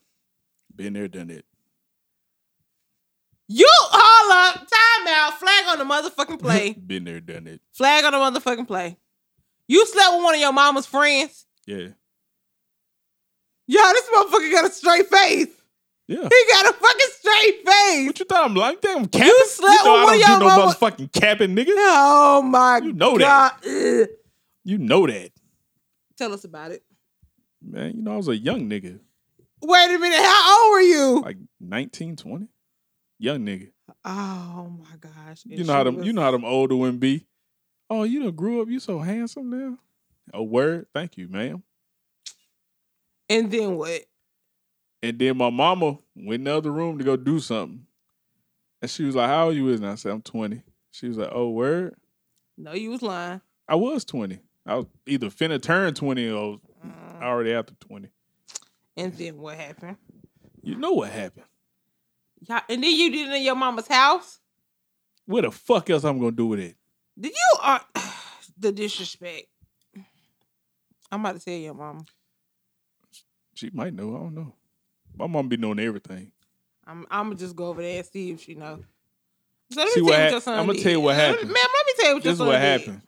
Speaker 2: been there, done it.
Speaker 3: You all up, time out, flag on the motherfucking play.
Speaker 2: been there, done it.
Speaker 3: flag on the motherfucking play. You slept with one of your mama's friends.
Speaker 2: Yeah,
Speaker 3: Yo, this motherfucker got a straight face.
Speaker 2: yeah.
Speaker 3: He got a fucking straight face.
Speaker 2: What you thought I'm like? Damn, capping.
Speaker 3: You slept
Speaker 2: know
Speaker 3: with one
Speaker 2: I
Speaker 3: of
Speaker 2: don't
Speaker 3: your
Speaker 2: do no
Speaker 3: mama.
Speaker 2: motherfucking capping, nigga.
Speaker 3: Oh my
Speaker 2: You know
Speaker 3: god.
Speaker 2: that.
Speaker 3: Ugh.
Speaker 2: You know that,
Speaker 3: Tell us about it.
Speaker 2: man. You know I was a young nigga,
Speaker 3: Wait a minute. How old were you?
Speaker 2: like 19, 20. young nigga.
Speaker 3: Oh my gosh. And
Speaker 2: you know how
Speaker 3: she
Speaker 2: them
Speaker 3: was-
Speaker 2: you know how them older women be. Oh, you done grew up. You so handsome now. A word, thank you, ma'am.
Speaker 3: And then what?
Speaker 2: And then my mama went in the other room to go do something. And she was like, How old you is? And I said, I'm 20. She was like, Oh, word?
Speaker 3: No, you was lying.
Speaker 2: I was 20. I was either finna turn 20 or
Speaker 3: Mm.
Speaker 2: already after 20.
Speaker 3: And then what happened?
Speaker 2: You know what happened.
Speaker 3: Y'all, and then you did it in your mama's house.
Speaker 2: What the fuck else I'm gonna do with it?
Speaker 3: Did you? Uh, the disrespect. I'm about to tell your mama.
Speaker 2: She might know. I don't know. My mom be knowing everything.
Speaker 3: I'm. I'm gonna just go over there and see if she know. So let
Speaker 2: See
Speaker 3: me
Speaker 2: what
Speaker 3: tell you
Speaker 2: hap-
Speaker 3: what your son
Speaker 2: I'ma
Speaker 3: did.
Speaker 2: tell you what
Speaker 3: Let me-
Speaker 2: happened.
Speaker 3: ma'am. Let me tell you what your
Speaker 2: This is
Speaker 3: son
Speaker 2: what
Speaker 3: did.
Speaker 2: happened.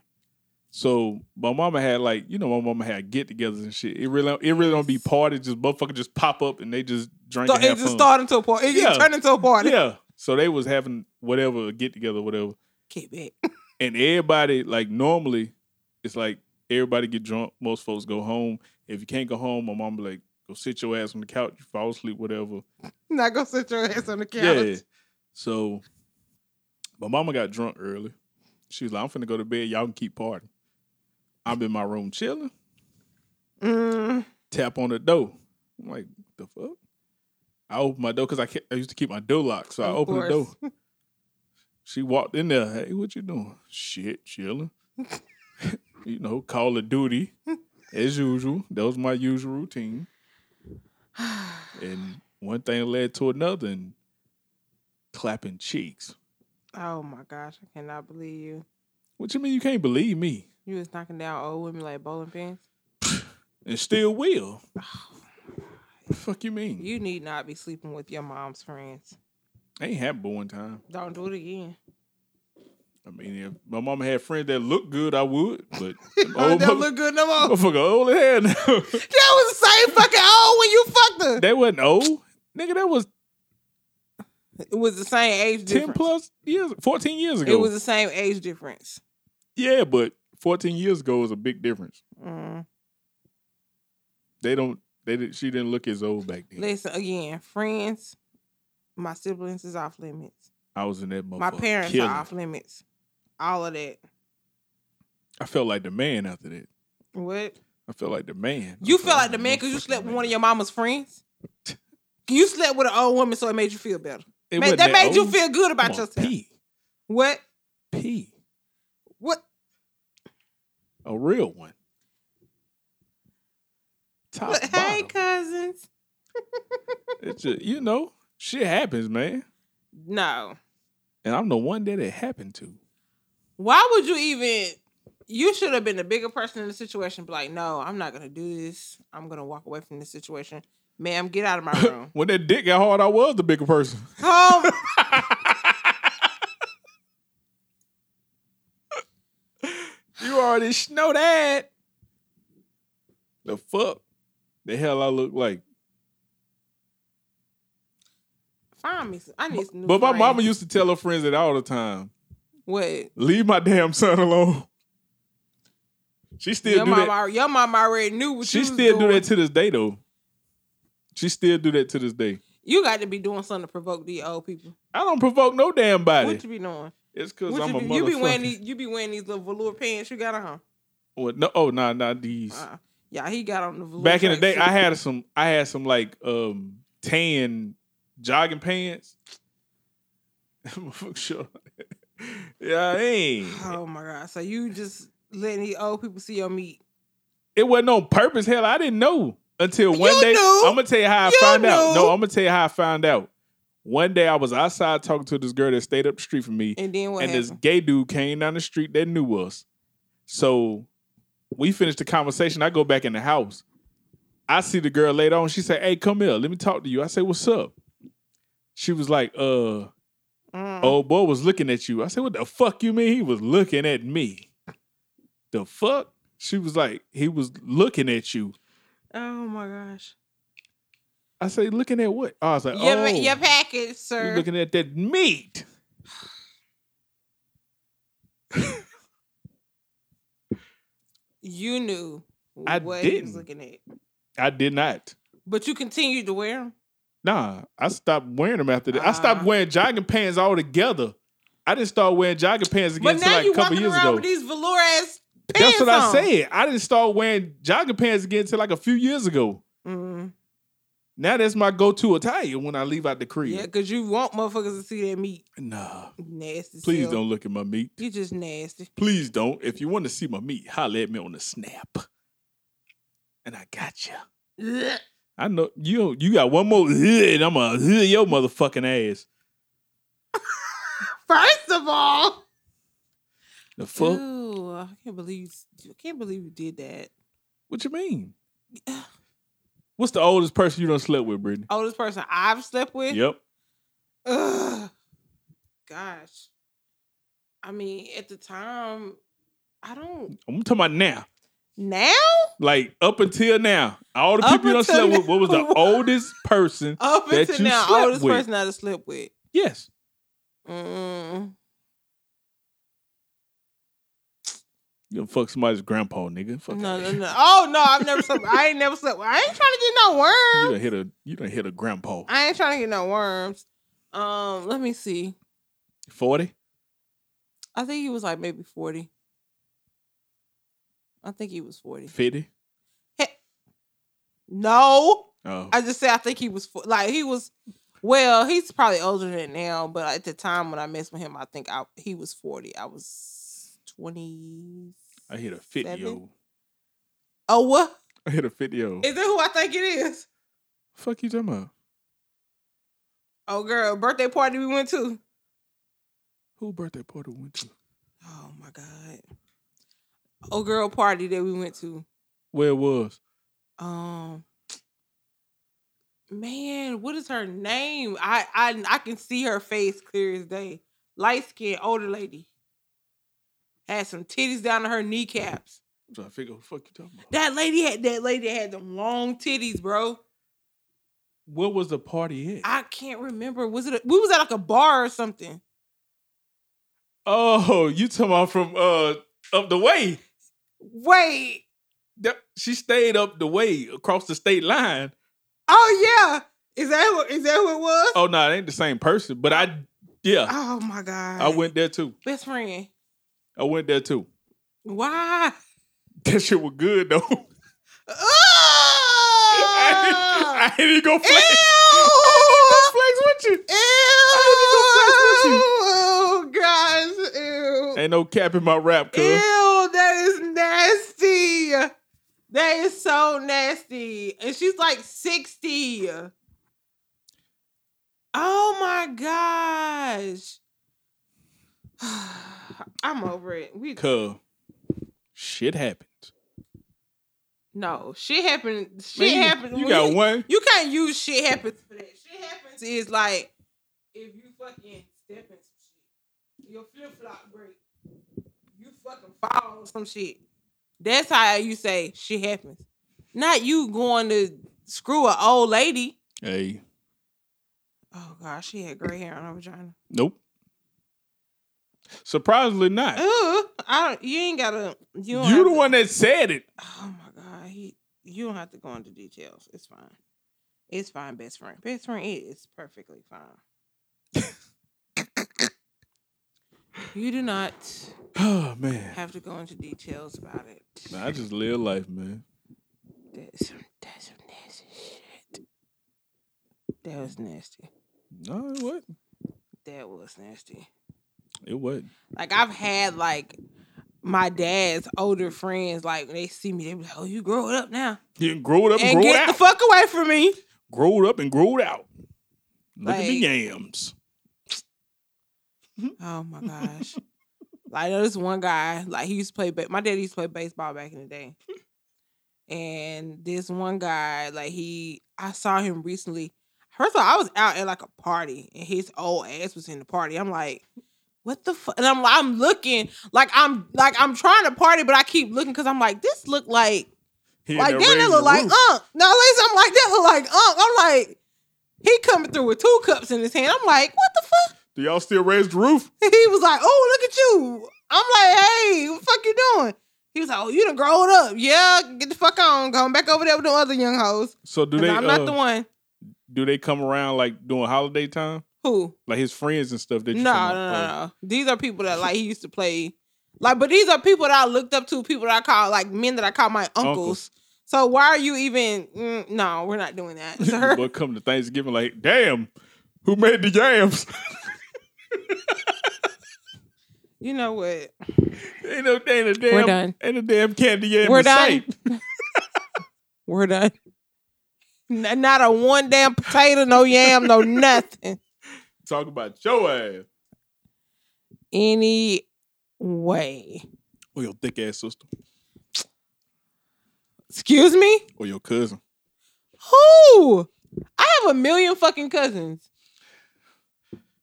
Speaker 2: So my mama had like, you know, my mama had get-togethers and shit. It really, it really don't be parties. Just motherfucker just pop up and they just drink
Speaker 3: So
Speaker 2: and have
Speaker 3: it just
Speaker 2: fun.
Speaker 3: started into a party. It
Speaker 2: Yeah.
Speaker 3: just turned into a party.
Speaker 2: Yeah. So they was having whatever get together, whatever.
Speaker 3: Keep it.
Speaker 2: And everybody like normally, it's like everybody get drunk. Most folks go home. If you can't go home, my mom be like, go sit your ass on the couch. You fall asleep, whatever.
Speaker 3: Not gonna sit your ass on the couch.
Speaker 2: Yeah. So my mama got drunk early. She was like, I'm finna go to bed. Y'all can keep partying. I'm in my room chilling.
Speaker 3: Mm,
Speaker 2: Tap on the door. I'm like, the fuck? I opened my door because I, kept- I used to keep my door locked. So I
Speaker 3: Of
Speaker 2: opened the door.
Speaker 3: course.
Speaker 2: She walked in there. Hey, what you doing? Shit, chilling. you know, Call of Duty as usual. That was my usual routine. And one thing led to another and clapping cheeks.
Speaker 3: oh my gosh, I cannot believe you.
Speaker 2: What you mean you can't believe me?
Speaker 3: You was knocking down old women like bowling pins.
Speaker 2: and still will. The fuck you mean?
Speaker 3: You need not be sleeping with your mom's friends.
Speaker 2: ain't happened but one time.
Speaker 3: Don't do it again.
Speaker 2: I mean, if my mama had friends that looked good, I would. But them
Speaker 3: Oh,
Speaker 2: old
Speaker 3: that
Speaker 2: mother-
Speaker 3: look good no more.
Speaker 2: motherfucker old as hell. now.
Speaker 3: That was the same fucking old when you fucked her.
Speaker 2: they wasn't old, nigga. That was
Speaker 3: It was the same age
Speaker 2: ten
Speaker 3: difference.
Speaker 2: plus years, fourteen years ago.
Speaker 3: It was the same age difference.
Speaker 2: yeah, but fourteen years ago is a big difference.
Speaker 3: Mm.
Speaker 2: They don't. They did, she didn't look as old back then.
Speaker 3: Listen again, friends. My siblings is off limits.
Speaker 2: I was in that motherfucker.
Speaker 3: My parents
Speaker 2: killing.
Speaker 3: are off limits. All of that.
Speaker 2: I felt like the man after that.
Speaker 3: What?
Speaker 2: I felt like the man. I
Speaker 3: You
Speaker 2: felt
Speaker 3: feel like the man because you
Speaker 2: motherfucking
Speaker 3: slept with
Speaker 2: man.
Speaker 3: one of your mama's friends? You slept with an old woman, so it made you feel better.
Speaker 2: It
Speaker 3: Ma-
Speaker 2: wasn't
Speaker 3: that made you
Speaker 2: old.
Speaker 3: feel good about
Speaker 2: Come on,
Speaker 3: yourself.
Speaker 2: P.
Speaker 3: What?
Speaker 2: P.
Speaker 3: What?
Speaker 2: A real one. Top
Speaker 3: What? Hey,
Speaker 2: bottom.
Speaker 3: cousins.
Speaker 2: It's just, you know, shit happens, man.
Speaker 3: No.
Speaker 2: And I'm the one that it happened to.
Speaker 3: Why would you even? You should have been the bigger person in the situation. Be like, no, I'm not gonna do this. I'm gonna walk away from this situation. Ma'am, get out of my room. Oh,
Speaker 2: When that dick got hard, I was the bigger person.
Speaker 3: Home.
Speaker 2: You already know that. The fuck? The hell I look like.
Speaker 3: Find me. Some, I need some new.
Speaker 2: But my
Speaker 3: friends.
Speaker 2: mama used to tell her friends that all the time.
Speaker 3: What?
Speaker 2: Leave my damn son alone. She still
Speaker 3: Your
Speaker 2: do
Speaker 3: mama,
Speaker 2: that.
Speaker 3: alre- your mama already knew what you
Speaker 2: She
Speaker 3: was
Speaker 2: still do
Speaker 3: doing.
Speaker 2: that to this day though. She still do that to this day.
Speaker 3: You got to be doing something to provoke these old people.
Speaker 2: I don't provoke no damn body.
Speaker 3: What you be doing?
Speaker 2: It's because
Speaker 3: What
Speaker 2: I'm
Speaker 3: you
Speaker 2: a
Speaker 3: be,
Speaker 2: motherfucker.
Speaker 3: you be wearing these? You be wearing these little velour pants you got on?
Speaker 2: Well, no, oh nah, nah, these.
Speaker 3: Uh, yeah, he got on the velour.
Speaker 2: Back in the day,
Speaker 3: tracksuit.
Speaker 2: I had some. I had some like um tan jogging pants. Motherfucker, sure. yeah, ain't.
Speaker 3: Oh my god! So you just letting these old people see your meat?
Speaker 2: It wasn't on purpose. Hell, I didn't know until one
Speaker 3: You
Speaker 2: day.
Speaker 3: knew.
Speaker 2: I'm gonna tell you how I
Speaker 3: You
Speaker 2: found out.
Speaker 3: knew.
Speaker 2: No, I'm gonna tell you how I found out. One day I was outside talking to this girl that stayed up the street from me,
Speaker 3: And then what
Speaker 2: and
Speaker 3: happened?
Speaker 2: this gay dude came down the street that knew us. So we finished the conversation. I go back in the house. I see the girl later on. She said, Hey, come here. Let me talk to you. I say, What's up? She was like,
Speaker 3: Uh-huh.
Speaker 2: uh,
Speaker 3: Mm.
Speaker 2: old boy was looking at you. I said, What the fuck you mean? He was looking at me. The fuck? She was like, he was looking at you.
Speaker 3: Oh my gosh.
Speaker 2: I say, looking at what? Oh, I was like,
Speaker 3: Your,
Speaker 2: oh,
Speaker 3: your package,
Speaker 2: you
Speaker 3: sir.
Speaker 2: looking at that meat.
Speaker 3: you knew
Speaker 2: I
Speaker 3: what he
Speaker 2: didn't.
Speaker 3: was looking at.
Speaker 2: I did not.
Speaker 3: But you continued to wear them.
Speaker 2: Nah, I stopped wearing them after that. I stopped
Speaker 3: Ah.
Speaker 2: wearing jogging pants altogether. I didn't start wearing jogging pants again
Speaker 3: But
Speaker 2: until
Speaker 3: now
Speaker 2: like
Speaker 3: you
Speaker 2: a couple
Speaker 3: walking
Speaker 2: years
Speaker 3: around
Speaker 2: ago.
Speaker 3: with these velour ass pants.
Speaker 2: That's what I
Speaker 3: on.
Speaker 2: said. I didn't start wearing jogging pants again until like a few years ago.
Speaker 3: Mm.
Speaker 2: Now that's my go-to attire when I leave out the crib.
Speaker 3: Yeah, because you want motherfuckers to see that meat.
Speaker 2: Nah,
Speaker 3: Nasty.
Speaker 2: please
Speaker 3: self.
Speaker 2: don't look at my meat.
Speaker 3: You just nasty.
Speaker 2: Please don't. If you want to see my meat, holla at me on the snap. And I got you.
Speaker 3: Ugh.
Speaker 2: I know you. You got one more, and I'm a your motherfucking ass.
Speaker 3: First of all,
Speaker 2: The fuck?
Speaker 3: Ooh, I can't believe I can't believe you did that.
Speaker 2: What you mean? What's the oldest person you done slept with, Brittany?
Speaker 3: Oldest Oh, person I've slept with.
Speaker 2: Yep.
Speaker 3: Ugh. Gosh. I mean, at the time, I don't
Speaker 2: I'm talking about now.
Speaker 3: now
Speaker 2: Like up until now, all the
Speaker 3: Up
Speaker 2: people you done
Speaker 3: until
Speaker 2: slept with. What was the
Speaker 3: now.
Speaker 2: oldest person?
Speaker 3: up
Speaker 2: That
Speaker 3: until
Speaker 2: you
Speaker 3: now,
Speaker 2: slept
Speaker 3: oldest
Speaker 2: with.
Speaker 3: person I've slept with.
Speaker 2: Yes.
Speaker 3: Mm.
Speaker 2: You done fuck somebody's grandpa, nigga. Fuck
Speaker 3: No,
Speaker 2: outta
Speaker 3: no,
Speaker 2: here.
Speaker 3: no. Oh no, I've never slept. I ain't never slept. with- I ain't trying to get no
Speaker 2: You
Speaker 3: worms.
Speaker 2: done hit a. You done hit a grandpa.
Speaker 3: I ain't trying to get no worms. Um, let me see.
Speaker 2: Forty.
Speaker 3: I think he was like maybe forty. I think he was forty.
Speaker 2: 50?
Speaker 3: No,
Speaker 2: Oh.
Speaker 3: I just said I think he was fo- like he was. Well, he's probably older than now, but at the time when I messed with him, I think I he was forty. I was twenty.
Speaker 2: I hit a 50
Speaker 3: Seven?
Speaker 2: year old.
Speaker 3: Oh, what
Speaker 2: I hit a 50 year old.
Speaker 3: is that? Who I think it is?
Speaker 2: Fuck you talking about?
Speaker 3: Oh, girl, birthday party we went to.
Speaker 2: Who birthday party we went to?
Speaker 3: Oh my god. Oh, girl, party that we went to.
Speaker 2: Where it was?
Speaker 3: Um, man, what is her name? I I I can see her face clear as day. Light skinned older lady had some titties down to her kneecaps.
Speaker 2: I'm trying to figure out what the fuck you talking about.
Speaker 3: That lady had that lady had them long titties, bro.
Speaker 2: Where was the party at?
Speaker 3: I can't remember. Was it? A, we was at like a bar or something.
Speaker 2: oh, you talking about from uh up the way.
Speaker 3: Wait.
Speaker 2: That, she stayed up the way across the state line.
Speaker 3: Oh yeah. Is that who, is that who it was?
Speaker 2: Oh no, it ain't the same person. But I yeah.
Speaker 3: Oh my god.
Speaker 2: I went there too.
Speaker 3: Best friend.
Speaker 2: I went there too.
Speaker 3: Why?
Speaker 2: That shit was good though.
Speaker 3: Ugh!
Speaker 2: I ain't even go flex.
Speaker 3: Oh. Ew!
Speaker 2: flex with you.
Speaker 3: Ew!
Speaker 2: I
Speaker 3: Oh gosh, ew.
Speaker 2: Ain't no cap in my rap,
Speaker 3: Ew,
Speaker 2: cuz.
Speaker 3: that is nasty. That is so nasty. And she's like 60. Oh my gosh. I'm over it. We
Speaker 2: Cuz shit happens.
Speaker 3: no shit happened.
Speaker 2: Man,
Speaker 3: Shit
Speaker 2: you-
Speaker 3: happened.
Speaker 2: You
Speaker 3: when
Speaker 2: got one.
Speaker 3: You can't use shit happens for that. Shit happens is like if you fucking step in some shit, your flip flop break, you fucking fall on some shit. That's how you say shit happens. Not you going to screw an old lady.
Speaker 2: Hey,
Speaker 3: Oh gosh, she had gray hair on her vagina.
Speaker 2: nope. Surprisingly not.
Speaker 3: Ugh, I don't. You ain't gotta. You
Speaker 2: You,
Speaker 3: don't have
Speaker 2: the
Speaker 3: to-
Speaker 2: one that said it.
Speaker 3: Oh my god, he. You don't have to go into details. It's fine. It's fine, best friend. Best friend it is perfectly fine. you do not
Speaker 2: Oh man.
Speaker 3: have to go into details about it.
Speaker 2: Nah, I just live life, man.
Speaker 3: That's some, that's some nasty shit. That was nasty.
Speaker 2: No, it wasn't.
Speaker 3: That was nasty.
Speaker 2: It wasn't.
Speaker 3: Like I've had like my dad's older friends, like when they see me, they be like, "Oh, you growing up now?"
Speaker 2: You grew it up and,
Speaker 3: and
Speaker 2: grew it
Speaker 3: get
Speaker 2: out.
Speaker 3: the fuck away from me.
Speaker 2: grew it up and grew it out. Look at the
Speaker 3: Like-
Speaker 2: yams.
Speaker 3: Oh my gosh. like I know this one guy, like he used to play ba- my dad used to play baseball back in the day. And this one guy, like he I saw him recently. First of all, I was out at like a party and his old ass was in the party. I'm like, what the fuck? And I'm I'm looking like I'm like I'm trying to party, but I keep looking because I'm like, this look like
Speaker 2: He in
Speaker 3: like
Speaker 2: there
Speaker 3: damn, that
Speaker 2: raising
Speaker 3: look
Speaker 2: the
Speaker 3: like
Speaker 2: roof.
Speaker 3: unk. No, at least I'm like that look like unk. I'm like, he coming through with two cups in his hand. I'm like, what the fuck?
Speaker 2: Do y'all still raise the roof?
Speaker 3: he was like, "Oh, look at you." I'm like, "Hey, what the fuck you doing?" He was like, "Oh, you done grown up. Yeah, get the fuck on. Come back over there with the other young hoes."
Speaker 2: So do
Speaker 3: And
Speaker 2: they?
Speaker 3: I'm not
Speaker 2: uh,
Speaker 3: the one
Speaker 2: Do they come around like during holiday time,
Speaker 3: who.
Speaker 2: like his friends and stuff? That
Speaker 3: No,
Speaker 2: you
Speaker 3: no,
Speaker 2: talking
Speaker 3: no,
Speaker 2: about?
Speaker 3: no. These are people that like he used to play. Like, but these are people that I looked up to. People that I call like men that I call my uncles.
Speaker 2: Uncles.
Speaker 3: So why are you even? Mm, no, we're not doing that, sir.
Speaker 2: But come to Thanksgiving, like, damn, who made the yams?
Speaker 3: you know what?
Speaker 2: ain't no ain't a damn,
Speaker 3: We're done.
Speaker 2: ain't a damn candy yam.
Speaker 3: We're
Speaker 2: in
Speaker 3: done.
Speaker 2: sight.
Speaker 3: We're done. N- not a one damn potato, no yam, no nothing.
Speaker 2: Talk about your ass.
Speaker 3: Anyway,
Speaker 2: Or your thick ass sister.
Speaker 3: excuse me.
Speaker 2: Or your cousin.
Speaker 3: Who? I have a million fucking cousins,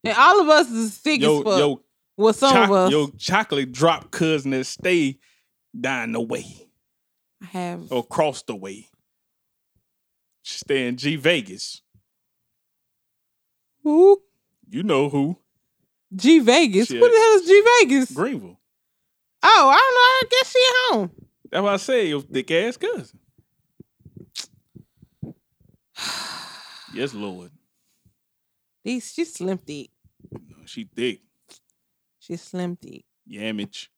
Speaker 3: and all of us is sick
Speaker 2: Yo,
Speaker 3: as fuck.
Speaker 2: yo,
Speaker 3: well, some
Speaker 2: choc-
Speaker 3: of us.
Speaker 2: yo chocolate drop cousin that stay down the way
Speaker 3: I have.
Speaker 2: or across the way. She stay in G Vegas.
Speaker 3: Who?
Speaker 2: You know who?
Speaker 3: G Vegas.
Speaker 2: Shit.
Speaker 3: What the hell is G Vegas?
Speaker 2: Greenville.
Speaker 3: Oh, I don't know. I guess she at home.
Speaker 2: That's why I say your thick ass cousin. Yes, Lord.
Speaker 3: These she's slim thick.
Speaker 2: She thick.
Speaker 3: She's slim thick.
Speaker 2: Yamage.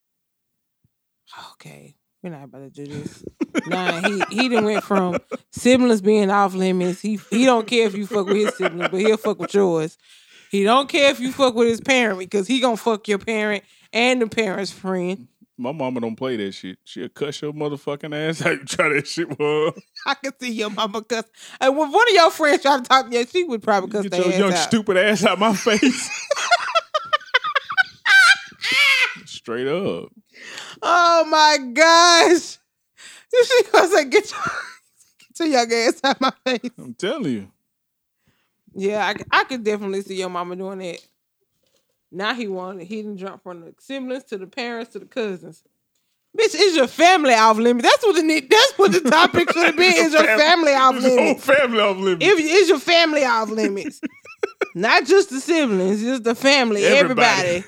Speaker 3: Okay, we're not about to do this. nah, he he done went from siblings being off limits. He he don't care if you fuck with his siblings, but he'll fuck with yours. He don't care if you fuck with his parent because he gonna fuck your parent and the parent's friend.
Speaker 2: My mama don't play that shit. She'll cuss your motherfucking ass out. You try that shit with her.
Speaker 3: I can see your mama cuss. And when one of your friends try to talk to you, she would probably cuss
Speaker 2: Get
Speaker 3: their
Speaker 2: your
Speaker 3: ass
Speaker 2: young
Speaker 3: out.
Speaker 2: stupid ass out my face. Straight up.
Speaker 3: Oh my gosh. She goes like, get your, get your young ass out my face.
Speaker 2: I'm telling you.
Speaker 3: Yeah, I, c- I could definitely see your mama doing that. Now he wanted, he didn't jump from the siblings to the parents to the cousins. Bitch, is your family off limits? That's what the need. That's what the topic should have been. Is your family off
Speaker 2: This whole
Speaker 3: limits?
Speaker 2: family off limits.
Speaker 3: If is your family off limits, not just the siblings, just the family,
Speaker 2: Everybody.
Speaker 3: everybody.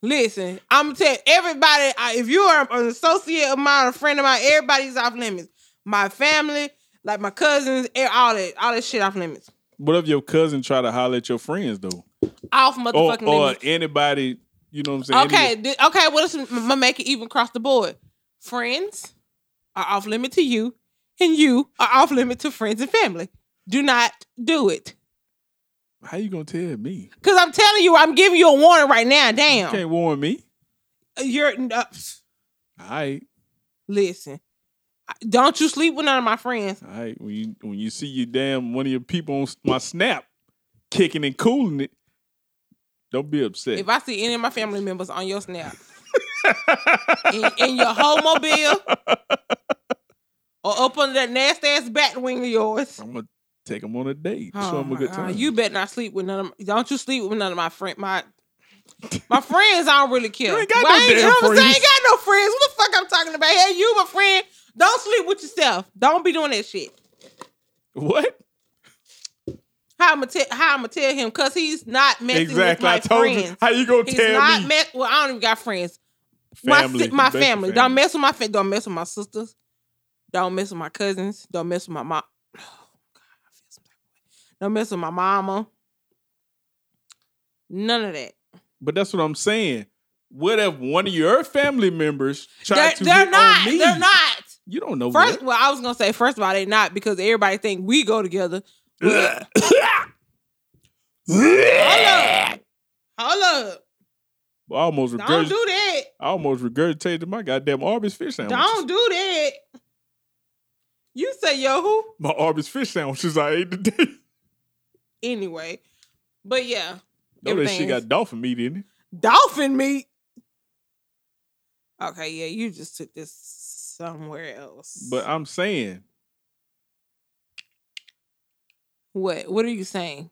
Speaker 3: Listen, I'm telling everybody. I- If you are an associate of mine, a friend of mine, everybody's off limits. My family, like my cousins, eh, all that, all that shit off limits.
Speaker 2: What if your cousin try to holler at your friends though?
Speaker 3: Off
Speaker 2: Or,
Speaker 3: motherfucking
Speaker 2: or
Speaker 3: limits.
Speaker 2: anybody, you know what I'm saying?
Speaker 3: Okay, th- okay. What else? I'm gonna make it even across the board. Friends are off limit to you, and you are off limit to friends and family. Do not do it.
Speaker 2: How you gonna tell me?
Speaker 3: Cause I'm telling you, I'm giving you a warning right now.
Speaker 2: You
Speaker 3: Damn,
Speaker 2: can't warn me.
Speaker 3: you're uh, pfft,
Speaker 2: All right,
Speaker 3: listen. Don't you sleep with none of my friends?
Speaker 2: all right. When you when you see your damn one of your people on s- my snap kicking and cooling it, don't be upset.
Speaker 3: If I see any of my family members on your snap in, in your whole mobile or up under that nasty ass bat wing of yours,
Speaker 2: I'm gonna take them on a date.
Speaker 3: Oh
Speaker 2: show them a
Speaker 3: my
Speaker 2: good
Speaker 3: God.
Speaker 2: time.
Speaker 3: You better not sleep with none of. My, don't you sleep with none of my friend my. My friends, I don't really care.
Speaker 2: You ain't got
Speaker 3: Why
Speaker 2: no
Speaker 3: you
Speaker 2: damn
Speaker 3: know what I'm saying? I
Speaker 2: friends.
Speaker 3: ain't got no friends. What the fuck I'm talking about? Hey, you, my friend, don't sleep with yourself. Don't be doing that shit.
Speaker 2: what?
Speaker 3: How I'm gonna tell? How I'm gonna tell him? Cause he's not messing with
Speaker 2: Exactly.
Speaker 3: my
Speaker 2: I told
Speaker 3: friends.
Speaker 2: you. How you gonna
Speaker 3: He's
Speaker 2: tell
Speaker 3: not
Speaker 2: me?
Speaker 3: mess. Well, I don't even got friends. my si-
Speaker 2: Family.
Speaker 3: my
Speaker 2: Best of
Speaker 3: family. Don't mess with my family. Don't mess with my sisters. Don't mess with my cousins. Don't mess with my mom. Oh, God, I feel some type of way. Don't mess with my mama. None of that.
Speaker 2: But that's what I'm saying. What if one of your family members tried
Speaker 3: They're,
Speaker 2: to
Speaker 3: they're
Speaker 2: get
Speaker 3: not.
Speaker 2: on me?
Speaker 3: They're not.
Speaker 2: You don't know
Speaker 3: First,
Speaker 2: that.
Speaker 3: well, I was gonna say first of all, they're not because everybody think we go together. Hold up. Hold up.
Speaker 2: I almost
Speaker 3: Don't
Speaker 2: regurgitated.
Speaker 3: do that.
Speaker 2: I almost regurgitated my goddamn Arby's fish sandwiches.
Speaker 3: Don't do that. You say yo who?
Speaker 2: My Arby's fish sandwiches I ate today.
Speaker 3: anyway. But yeah,
Speaker 2: Know that
Speaker 3: Everything
Speaker 2: shit got
Speaker 3: is-
Speaker 2: dolphin meat in it.
Speaker 3: dolphin meat. Okay, yeah, you just took this somewhere else.
Speaker 2: But I'm saying,
Speaker 3: what? What are you saying?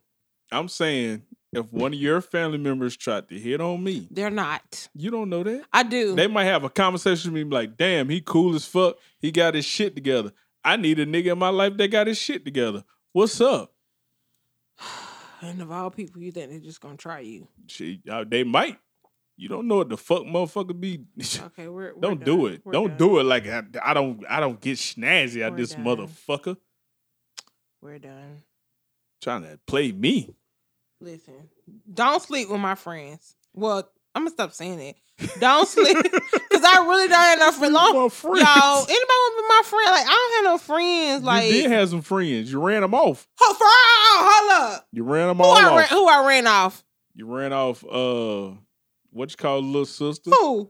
Speaker 2: I'm saying, if one of your family members tried to hit on me,
Speaker 3: They're not.
Speaker 2: you don't know that.
Speaker 3: I do.
Speaker 2: They might have a conversation with me like, damn, he cool as fuck. He got his shit together. I need a nigga in my life that got his shit together. What's up?
Speaker 3: and of all people, you think they're just gonna try you?
Speaker 2: Shit, uh, they might. You don't know what the fuck motherfucker be.
Speaker 3: Okay, we're, we're
Speaker 2: don't do
Speaker 3: done.
Speaker 2: it.
Speaker 3: We're
Speaker 2: don't
Speaker 3: done.
Speaker 2: do it like I, I don't I don't get snazzy at
Speaker 3: We're
Speaker 2: this
Speaker 3: done.
Speaker 2: motherfucker
Speaker 3: We're done.
Speaker 2: trying to play me.
Speaker 3: Listen, don't sleep with my friends. Well, I'm gonna stop saying that. Don't sleep because I really don't have no friends. Long,
Speaker 2: My
Speaker 3: y'all,
Speaker 2: friends.
Speaker 3: anybody want to be my friend? Like I don't have no friends. Like
Speaker 2: you did have some friends. You ran them off.
Speaker 3: Ho- for all, hold up.
Speaker 2: You ran them
Speaker 3: Who
Speaker 2: all
Speaker 3: I
Speaker 2: off.
Speaker 3: ran, who I ran off?
Speaker 2: you ran off. Uh, what you call little sister?
Speaker 3: Who?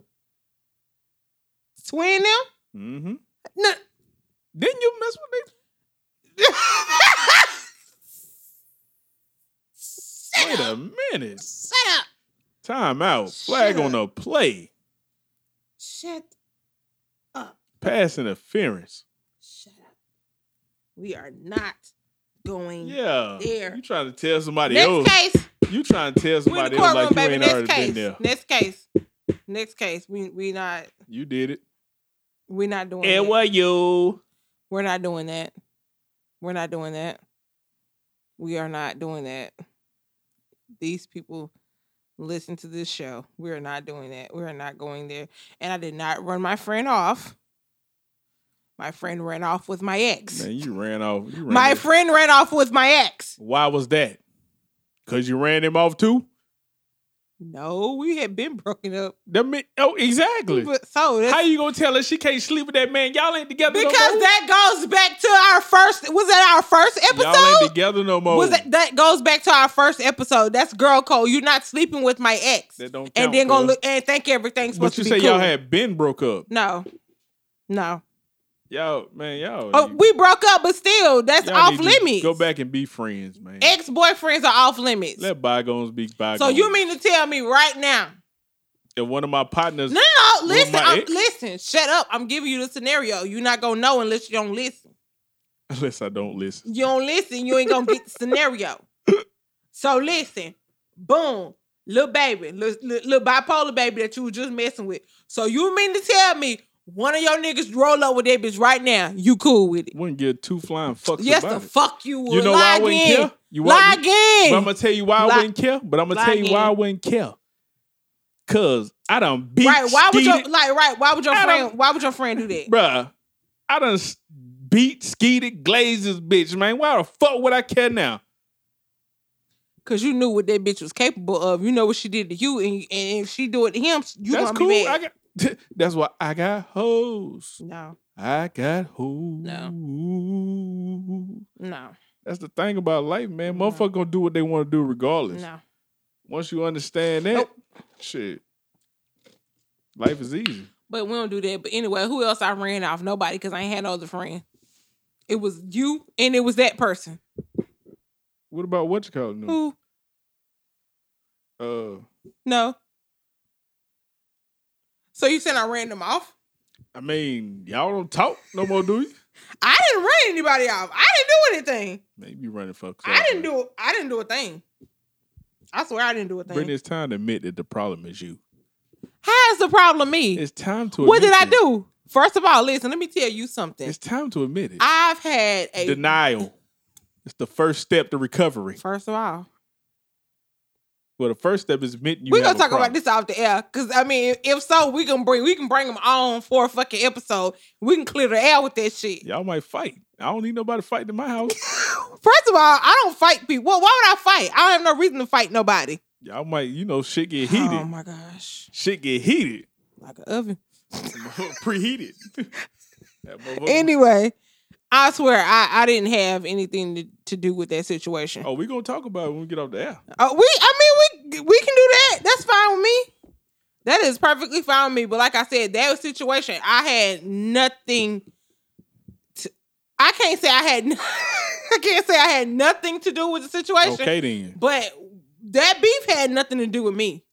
Speaker 3: Swin them?
Speaker 2: Mm-hmm.
Speaker 3: No.
Speaker 2: Didn't you mess with me? Wait a minute.
Speaker 3: Shut up.
Speaker 2: Time out. Flag
Speaker 3: Shut
Speaker 2: on the play.
Speaker 3: Shut.
Speaker 2: Pass interference.
Speaker 3: Shut up. We are not going
Speaker 2: Yeah.
Speaker 3: there.
Speaker 2: You trying to tell somebody
Speaker 3: Next
Speaker 2: else?
Speaker 3: case.
Speaker 2: You trying to tell
Speaker 3: We in
Speaker 2: somebody
Speaker 3: the
Speaker 2: else like
Speaker 3: courtroom,
Speaker 2: you
Speaker 3: baby.
Speaker 2: ain't
Speaker 3: Next
Speaker 2: already
Speaker 3: case.
Speaker 2: been there?
Speaker 3: Next case. Next case. We we not
Speaker 2: You did it.
Speaker 3: we not doing
Speaker 2: And
Speaker 3: that.
Speaker 2: what you?
Speaker 3: We're not doing that. We're not doing that. We are not doing that. These people listen to this show. We are not doing that. We are not going there. And I did not run my friend off. My friend ran off with my ex.
Speaker 2: Man, you ran off. You ran
Speaker 3: my
Speaker 2: off.
Speaker 3: friend ran off with my ex.
Speaker 2: Why was that? Cause you ran him off too.
Speaker 3: No, we had been broken up.
Speaker 2: The mi- oh, exactly.
Speaker 3: But so that's
Speaker 2: How you gonna tell her she can't sleep with that man? Y'all ain't together
Speaker 3: because
Speaker 2: no more.
Speaker 3: that goes back to our first was that our first
Speaker 2: Y'all ain't
Speaker 3: episode?
Speaker 2: together no more.
Speaker 3: Was that, that goes back to our first episode. That's girl code. You're not sleeping with my ex.
Speaker 2: That don't count,
Speaker 3: and then gonna
Speaker 2: cuz.
Speaker 3: look and think everything's supposed
Speaker 2: But you
Speaker 3: to
Speaker 2: say
Speaker 3: be cool.
Speaker 2: y'all had been broke up.
Speaker 3: no, no.
Speaker 2: Y'all, man, y'all.
Speaker 3: Oh,
Speaker 2: you-
Speaker 3: we broke up, but still, that's
Speaker 2: y'all
Speaker 3: off
Speaker 2: need to
Speaker 3: limits.
Speaker 2: Go back and be friends, man.
Speaker 3: Ex boyfriends are off limits.
Speaker 2: Let bygones be bygones.
Speaker 3: so you mean to tell me right now?
Speaker 2: if one of my partners?
Speaker 3: No, no, no,
Speaker 2: With
Speaker 3: listen,
Speaker 2: my
Speaker 3: I'm,
Speaker 2: ex?
Speaker 3: listen. Shut up. I'm giving you the scenario. You're not gonna know unless you don't listen.
Speaker 2: Unless I don't listen.
Speaker 3: You don't listen, you ain't gonna get the scenario. So listen, boom, little baby, little, little, little bipolar baby that you was just messing with. So you mean to tell me one of your niggas roll up with that bitch right now? You cool with it?
Speaker 2: Wouldn't get two flying fucks
Speaker 3: Yes,
Speaker 2: about
Speaker 3: the
Speaker 2: it.
Speaker 3: fuck you would.
Speaker 2: You know
Speaker 3: Lie
Speaker 2: why I wouldn't
Speaker 3: again.
Speaker 2: care? You
Speaker 3: Lie
Speaker 2: want? But I'm
Speaker 3: again.
Speaker 2: gonna tell you why
Speaker 3: Lie-
Speaker 2: I wouldn't care. But I'm gonna
Speaker 3: Lie
Speaker 2: tell you why I
Speaker 3: again.
Speaker 2: wouldn't care. Cause I done beat.
Speaker 3: Right? Why would your
Speaker 2: skeeted-
Speaker 3: like? Right? Why would your
Speaker 2: I
Speaker 3: friend?
Speaker 2: don't-
Speaker 3: Why would your friend do that?
Speaker 2: bruh? I done s- beat, skeeted, glazes, bitch, man. Why the fuck would I care now?
Speaker 3: Cause you knew what that bitch was capable of. You know what she did to you, and, and if she do it to him, you
Speaker 2: That's
Speaker 3: gonna
Speaker 2: cool.
Speaker 3: be
Speaker 2: I
Speaker 3: mad.
Speaker 2: got. That's why I got hoes.
Speaker 3: no,
Speaker 2: I got hoes.
Speaker 3: no,
Speaker 2: That's the thing about life, man.
Speaker 3: No.
Speaker 2: Motherfucker gonna do what they want to do regardless.
Speaker 3: no.
Speaker 2: Once you understand that, shit, life is easy.
Speaker 3: But we don't do that. But anyway, who else I ran off? Nobody, because I ain't had no other friend. It was you and it was that person.
Speaker 2: What about what you call it? Nunu?
Speaker 3: Who?
Speaker 2: Uh,
Speaker 3: No. So you saying I ran them off?
Speaker 2: I mean, y'all don't talk no more, do you?
Speaker 3: I didn't run anybody off. I didn't do anything.
Speaker 2: Maybe you running fucks.
Speaker 3: I didn't do I didn't do a thing. I swear I didn't do a thing.
Speaker 2: Brittany, it's time to admit that the problem is you.
Speaker 3: How is the problem me?
Speaker 2: It's time to.
Speaker 3: What did
Speaker 2: admit
Speaker 3: I
Speaker 2: it.
Speaker 3: do? First of all, listen, let me tell you something.
Speaker 2: It's time to admit it.
Speaker 3: I've had a
Speaker 2: Denial. It's the first step to recovery.
Speaker 3: first of all.
Speaker 2: Well, the first step is admitting you.
Speaker 3: We're
Speaker 2: have
Speaker 3: gonna
Speaker 2: a
Speaker 3: talk about
Speaker 2: problem.
Speaker 3: this off the air, cause I mean, if so, we can bring we can bring them on for a fucking episode. We can clear the air with that shit.
Speaker 2: Y'all might fight. I don't need nobody fighting in my house.
Speaker 3: First of all, I don't fight people. Well, why would I fight? I don't have no reason to fight nobody.
Speaker 2: Y'all might, you know, shit get heated.
Speaker 3: Oh my gosh,
Speaker 2: shit get heated.
Speaker 3: like an oven.
Speaker 2: Preheated. That motherfucker-
Speaker 3: Anyway, I swear I I didn't have anything to, to do with that situation.
Speaker 2: oh, we gonna talk about it when we get off the air.
Speaker 3: Uh, we, I mean, we we can do that. That's fine with me. That is perfectly fine with me. But like I said, that situation, I had nothing. To, I can't say I had. I can't say I had nothing to do with the situation.
Speaker 2: Okay then.
Speaker 3: But that beef had nothing to do with me.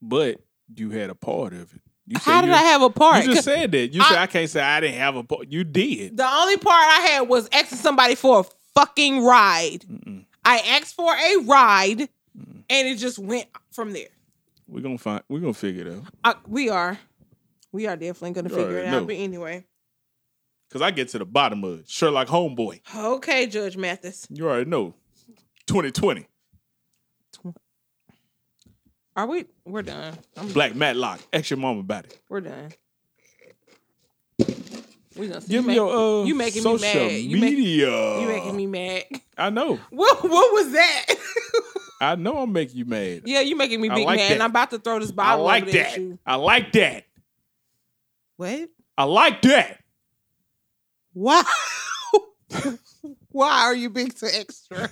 Speaker 2: But you had a part of it. You say
Speaker 3: How did
Speaker 2: you-
Speaker 3: I have a part?
Speaker 2: You just said that. You
Speaker 3: I-
Speaker 2: said I can't say I didn't have a part. You did.
Speaker 3: the only part I had was asking somebody for a fucking ride.
Speaker 2: Mm-mm.
Speaker 3: I asked for a ride, and it just went from there.
Speaker 2: We're gonna find we're gonna figure it out.
Speaker 3: I, we are, we are definitely gonna
Speaker 2: You
Speaker 3: figure
Speaker 2: already
Speaker 3: it out.
Speaker 2: know.
Speaker 3: But anyway.
Speaker 2: Cause I get to the bottom of it. Sherlock Homeboy.
Speaker 3: Okay, Judge Mathis.
Speaker 2: You already know. 2020.
Speaker 3: Are we? We're done. I'm,
Speaker 2: Black Matlock. Ask your mom about it.
Speaker 3: we're done. We gonna see.
Speaker 2: Give
Speaker 3: you
Speaker 2: me uh,
Speaker 3: make-
Speaker 2: your uh
Speaker 3: you making me
Speaker 2: social
Speaker 3: mad. You make-
Speaker 2: media.
Speaker 3: you making me mad.
Speaker 2: I know.
Speaker 3: What? What was that?
Speaker 2: I know I'm making you mad.
Speaker 3: Yeah, you making me
Speaker 2: I
Speaker 3: big
Speaker 2: like
Speaker 3: man.
Speaker 2: that.
Speaker 3: and I'm about to throw this
Speaker 2: I
Speaker 3: bottle
Speaker 2: like
Speaker 3: over there at
Speaker 2: that.
Speaker 3: you.
Speaker 2: I like that.
Speaker 3: What?
Speaker 2: I like that.
Speaker 3: Wow. Why are you being so extra?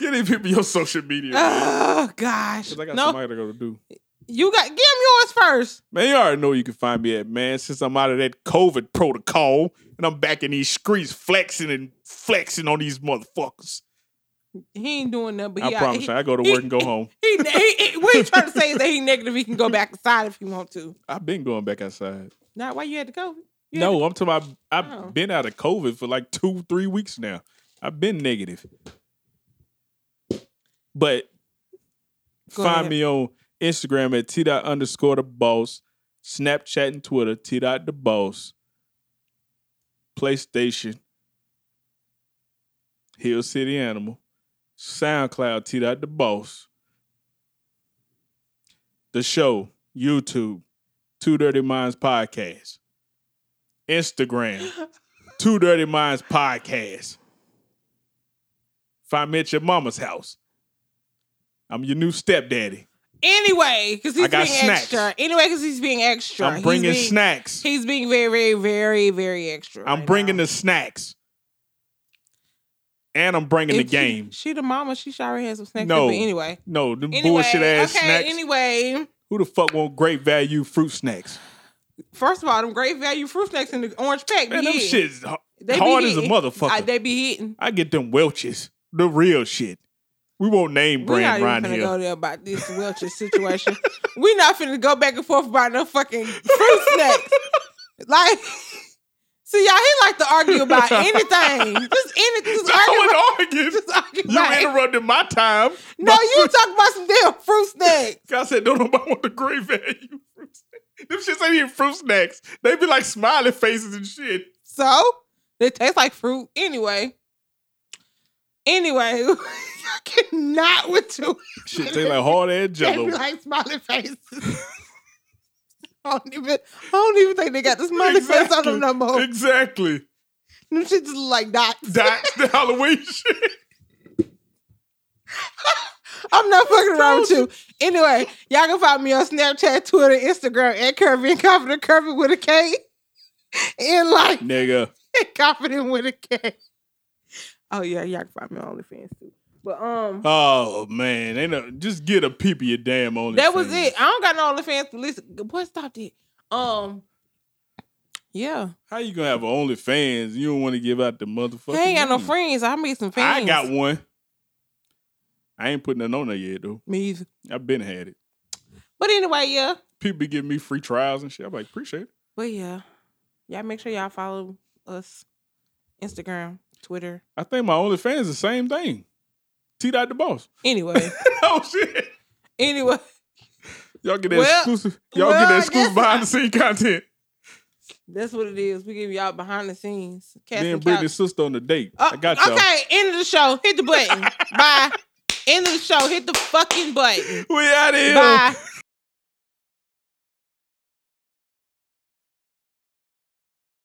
Speaker 2: Get these people your social media.
Speaker 3: Oh gosh.
Speaker 2: 'Cause I got
Speaker 3: No,
Speaker 2: somebody to go to do.
Speaker 3: you got give him yours first.
Speaker 2: Man, you already know you can find me at, man, since I'm out of that COVID protocol and I'm back in these streets flexing and flexing on these motherfuckers.
Speaker 3: He ain't doing nothing, but
Speaker 2: I
Speaker 3: he,
Speaker 2: promise
Speaker 3: he,
Speaker 2: you, I go to work and go home.
Speaker 3: he, he, he- what he trying to say is that he negative. He can go back inside if he want to.
Speaker 2: I've been going back outside.
Speaker 3: Not why you had to go. You had
Speaker 2: No, I'm talking about I've
Speaker 3: Oh.
Speaker 2: been out of COVID for like two, three weeks now. I've been negative. But
Speaker 3: Go
Speaker 2: find
Speaker 3: ahead.
Speaker 2: me on Instagram at T dot underscore the boss, Snapchat and Twitter, T dot the boss, PlayStation, Hill City Animal, SoundCloud, T dot the boss, the show, YouTube, Two Dirty Minds Podcast, Instagram, Two Dirty Minds Podcast. Find me at your mama's house. I'm your new stepdaddy.
Speaker 3: Anyway, because he's
Speaker 2: I got
Speaker 3: being
Speaker 2: snacks.
Speaker 3: extra. Anyway, because he's being extra.
Speaker 2: I'm bringing
Speaker 3: he's being,
Speaker 2: snacks.
Speaker 3: He's being very, very, very, very extra.
Speaker 2: I'm
Speaker 3: right
Speaker 2: bringing
Speaker 3: now.
Speaker 2: the snacks. And I'm bringing
Speaker 3: If
Speaker 2: the
Speaker 3: she-
Speaker 2: game.
Speaker 3: She, the mama. She should already had some snacks.
Speaker 2: No.
Speaker 3: No. Anyway.
Speaker 2: No, them
Speaker 3: Anyway,
Speaker 2: bullshit ass
Speaker 3: okay,
Speaker 2: snacks.
Speaker 3: Anyway,
Speaker 2: Who the fuck want great value fruit snacks?
Speaker 3: first of all, them great value fruit snacks in the orange pack.
Speaker 2: Man,
Speaker 3: be
Speaker 2: them
Speaker 3: hitting.
Speaker 2: shit's h-
Speaker 3: They be
Speaker 2: hard as a
Speaker 3: hitting.
Speaker 2: motherfucker.
Speaker 3: I,
Speaker 2: I,
Speaker 3: they be hitting.
Speaker 2: get them Welch's. The real shit. We won't name
Speaker 3: We're not
Speaker 2: brand around
Speaker 3: even gonna
Speaker 2: here.
Speaker 3: go there about this Welch's situation. we not finna go back and forth about no fucking fruit snacks. Like, see, y'all, he like to argue about anything. Just anything. Just
Speaker 2: I
Speaker 3: argue about,
Speaker 2: wasn't arguing.
Speaker 3: just argue about
Speaker 2: You interrupted my time.
Speaker 3: No, you talk about some damn fruit snacks.
Speaker 2: I said, don't nobody want the great value fruit snacks. Them shits ain't even fruit snacks. They be like smiley faces and shit.
Speaker 3: So they taste like fruit anyway. Anyway, I cannot with you.
Speaker 2: Shit, they like hard ass
Speaker 3: They
Speaker 2: jello.
Speaker 3: be like smiley faces. I don't even. I don't even think they got the smiley face on them no more.
Speaker 2: Exactly.
Speaker 3: Them shit just look like dots.
Speaker 2: That's the Halloween shit.
Speaker 3: I'm not fucking around with you. Anyway, y'all can find me on Snapchat, Twitter, Instagram at Curvy and Confident Curvy with a K. And like
Speaker 2: Nigga.
Speaker 3: confident with a K. Oh yeah, y'all can find me on OnlyFans too. But um
Speaker 2: Oh man. Ain't no, just get a peep of your damn only.
Speaker 3: that was it. I don't got no OnlyFans to listen. Boy, stop that. Um Yeah.
Speaker 2: How you gonna have OnlyFans? You don't want to give out the motherfucker.
Speaker 3: I ain't got no friends. I made some fans.
Speaker 2: I got one. I ain't putting nothing on there yet though.
Speaker 3: me either.
Speaker 2: I've been had it.
Speaker 3: But anyway, yeah.
Speaker 2: People be giving me free trials and shit. I'm like, appreciate it.
Speaker 3: But yeah. Y'all make sure y'all follow us. Instagram, Twitter.
Speaker 2: I think my OnlyFans is the same thing. T dot the boss.
Speaker 3: Anyway.
Speaker 2: oh shit.
Speaker 3: anyway.
Speaker 2: Y'all get that
Speaker 3: Well-
Speaker 2: exclusive. Y'all
Speaker 3: well,
Speaker 2: get that
Speaker 3: I
Speaker 2: exclusive
Speaker 3: guess
Speaker 2: behind the scene content.
Speaker 3: That's what it is. We give y'all behind the scenes. Cast
Speaker 2: Me
Speaker 3: and
Speaker 2: and
Speaker 3: couch.
Speaker 2: Brittany's sister on the date.
Speaker 3: Oh,
Speaker 2: I got y'all.
Speaker 3: Okay, end of the show. Hit the button. Bye. End of the show. Hit the fucking button.
Speaker 2: We out of here.
Speaker 3: Bye.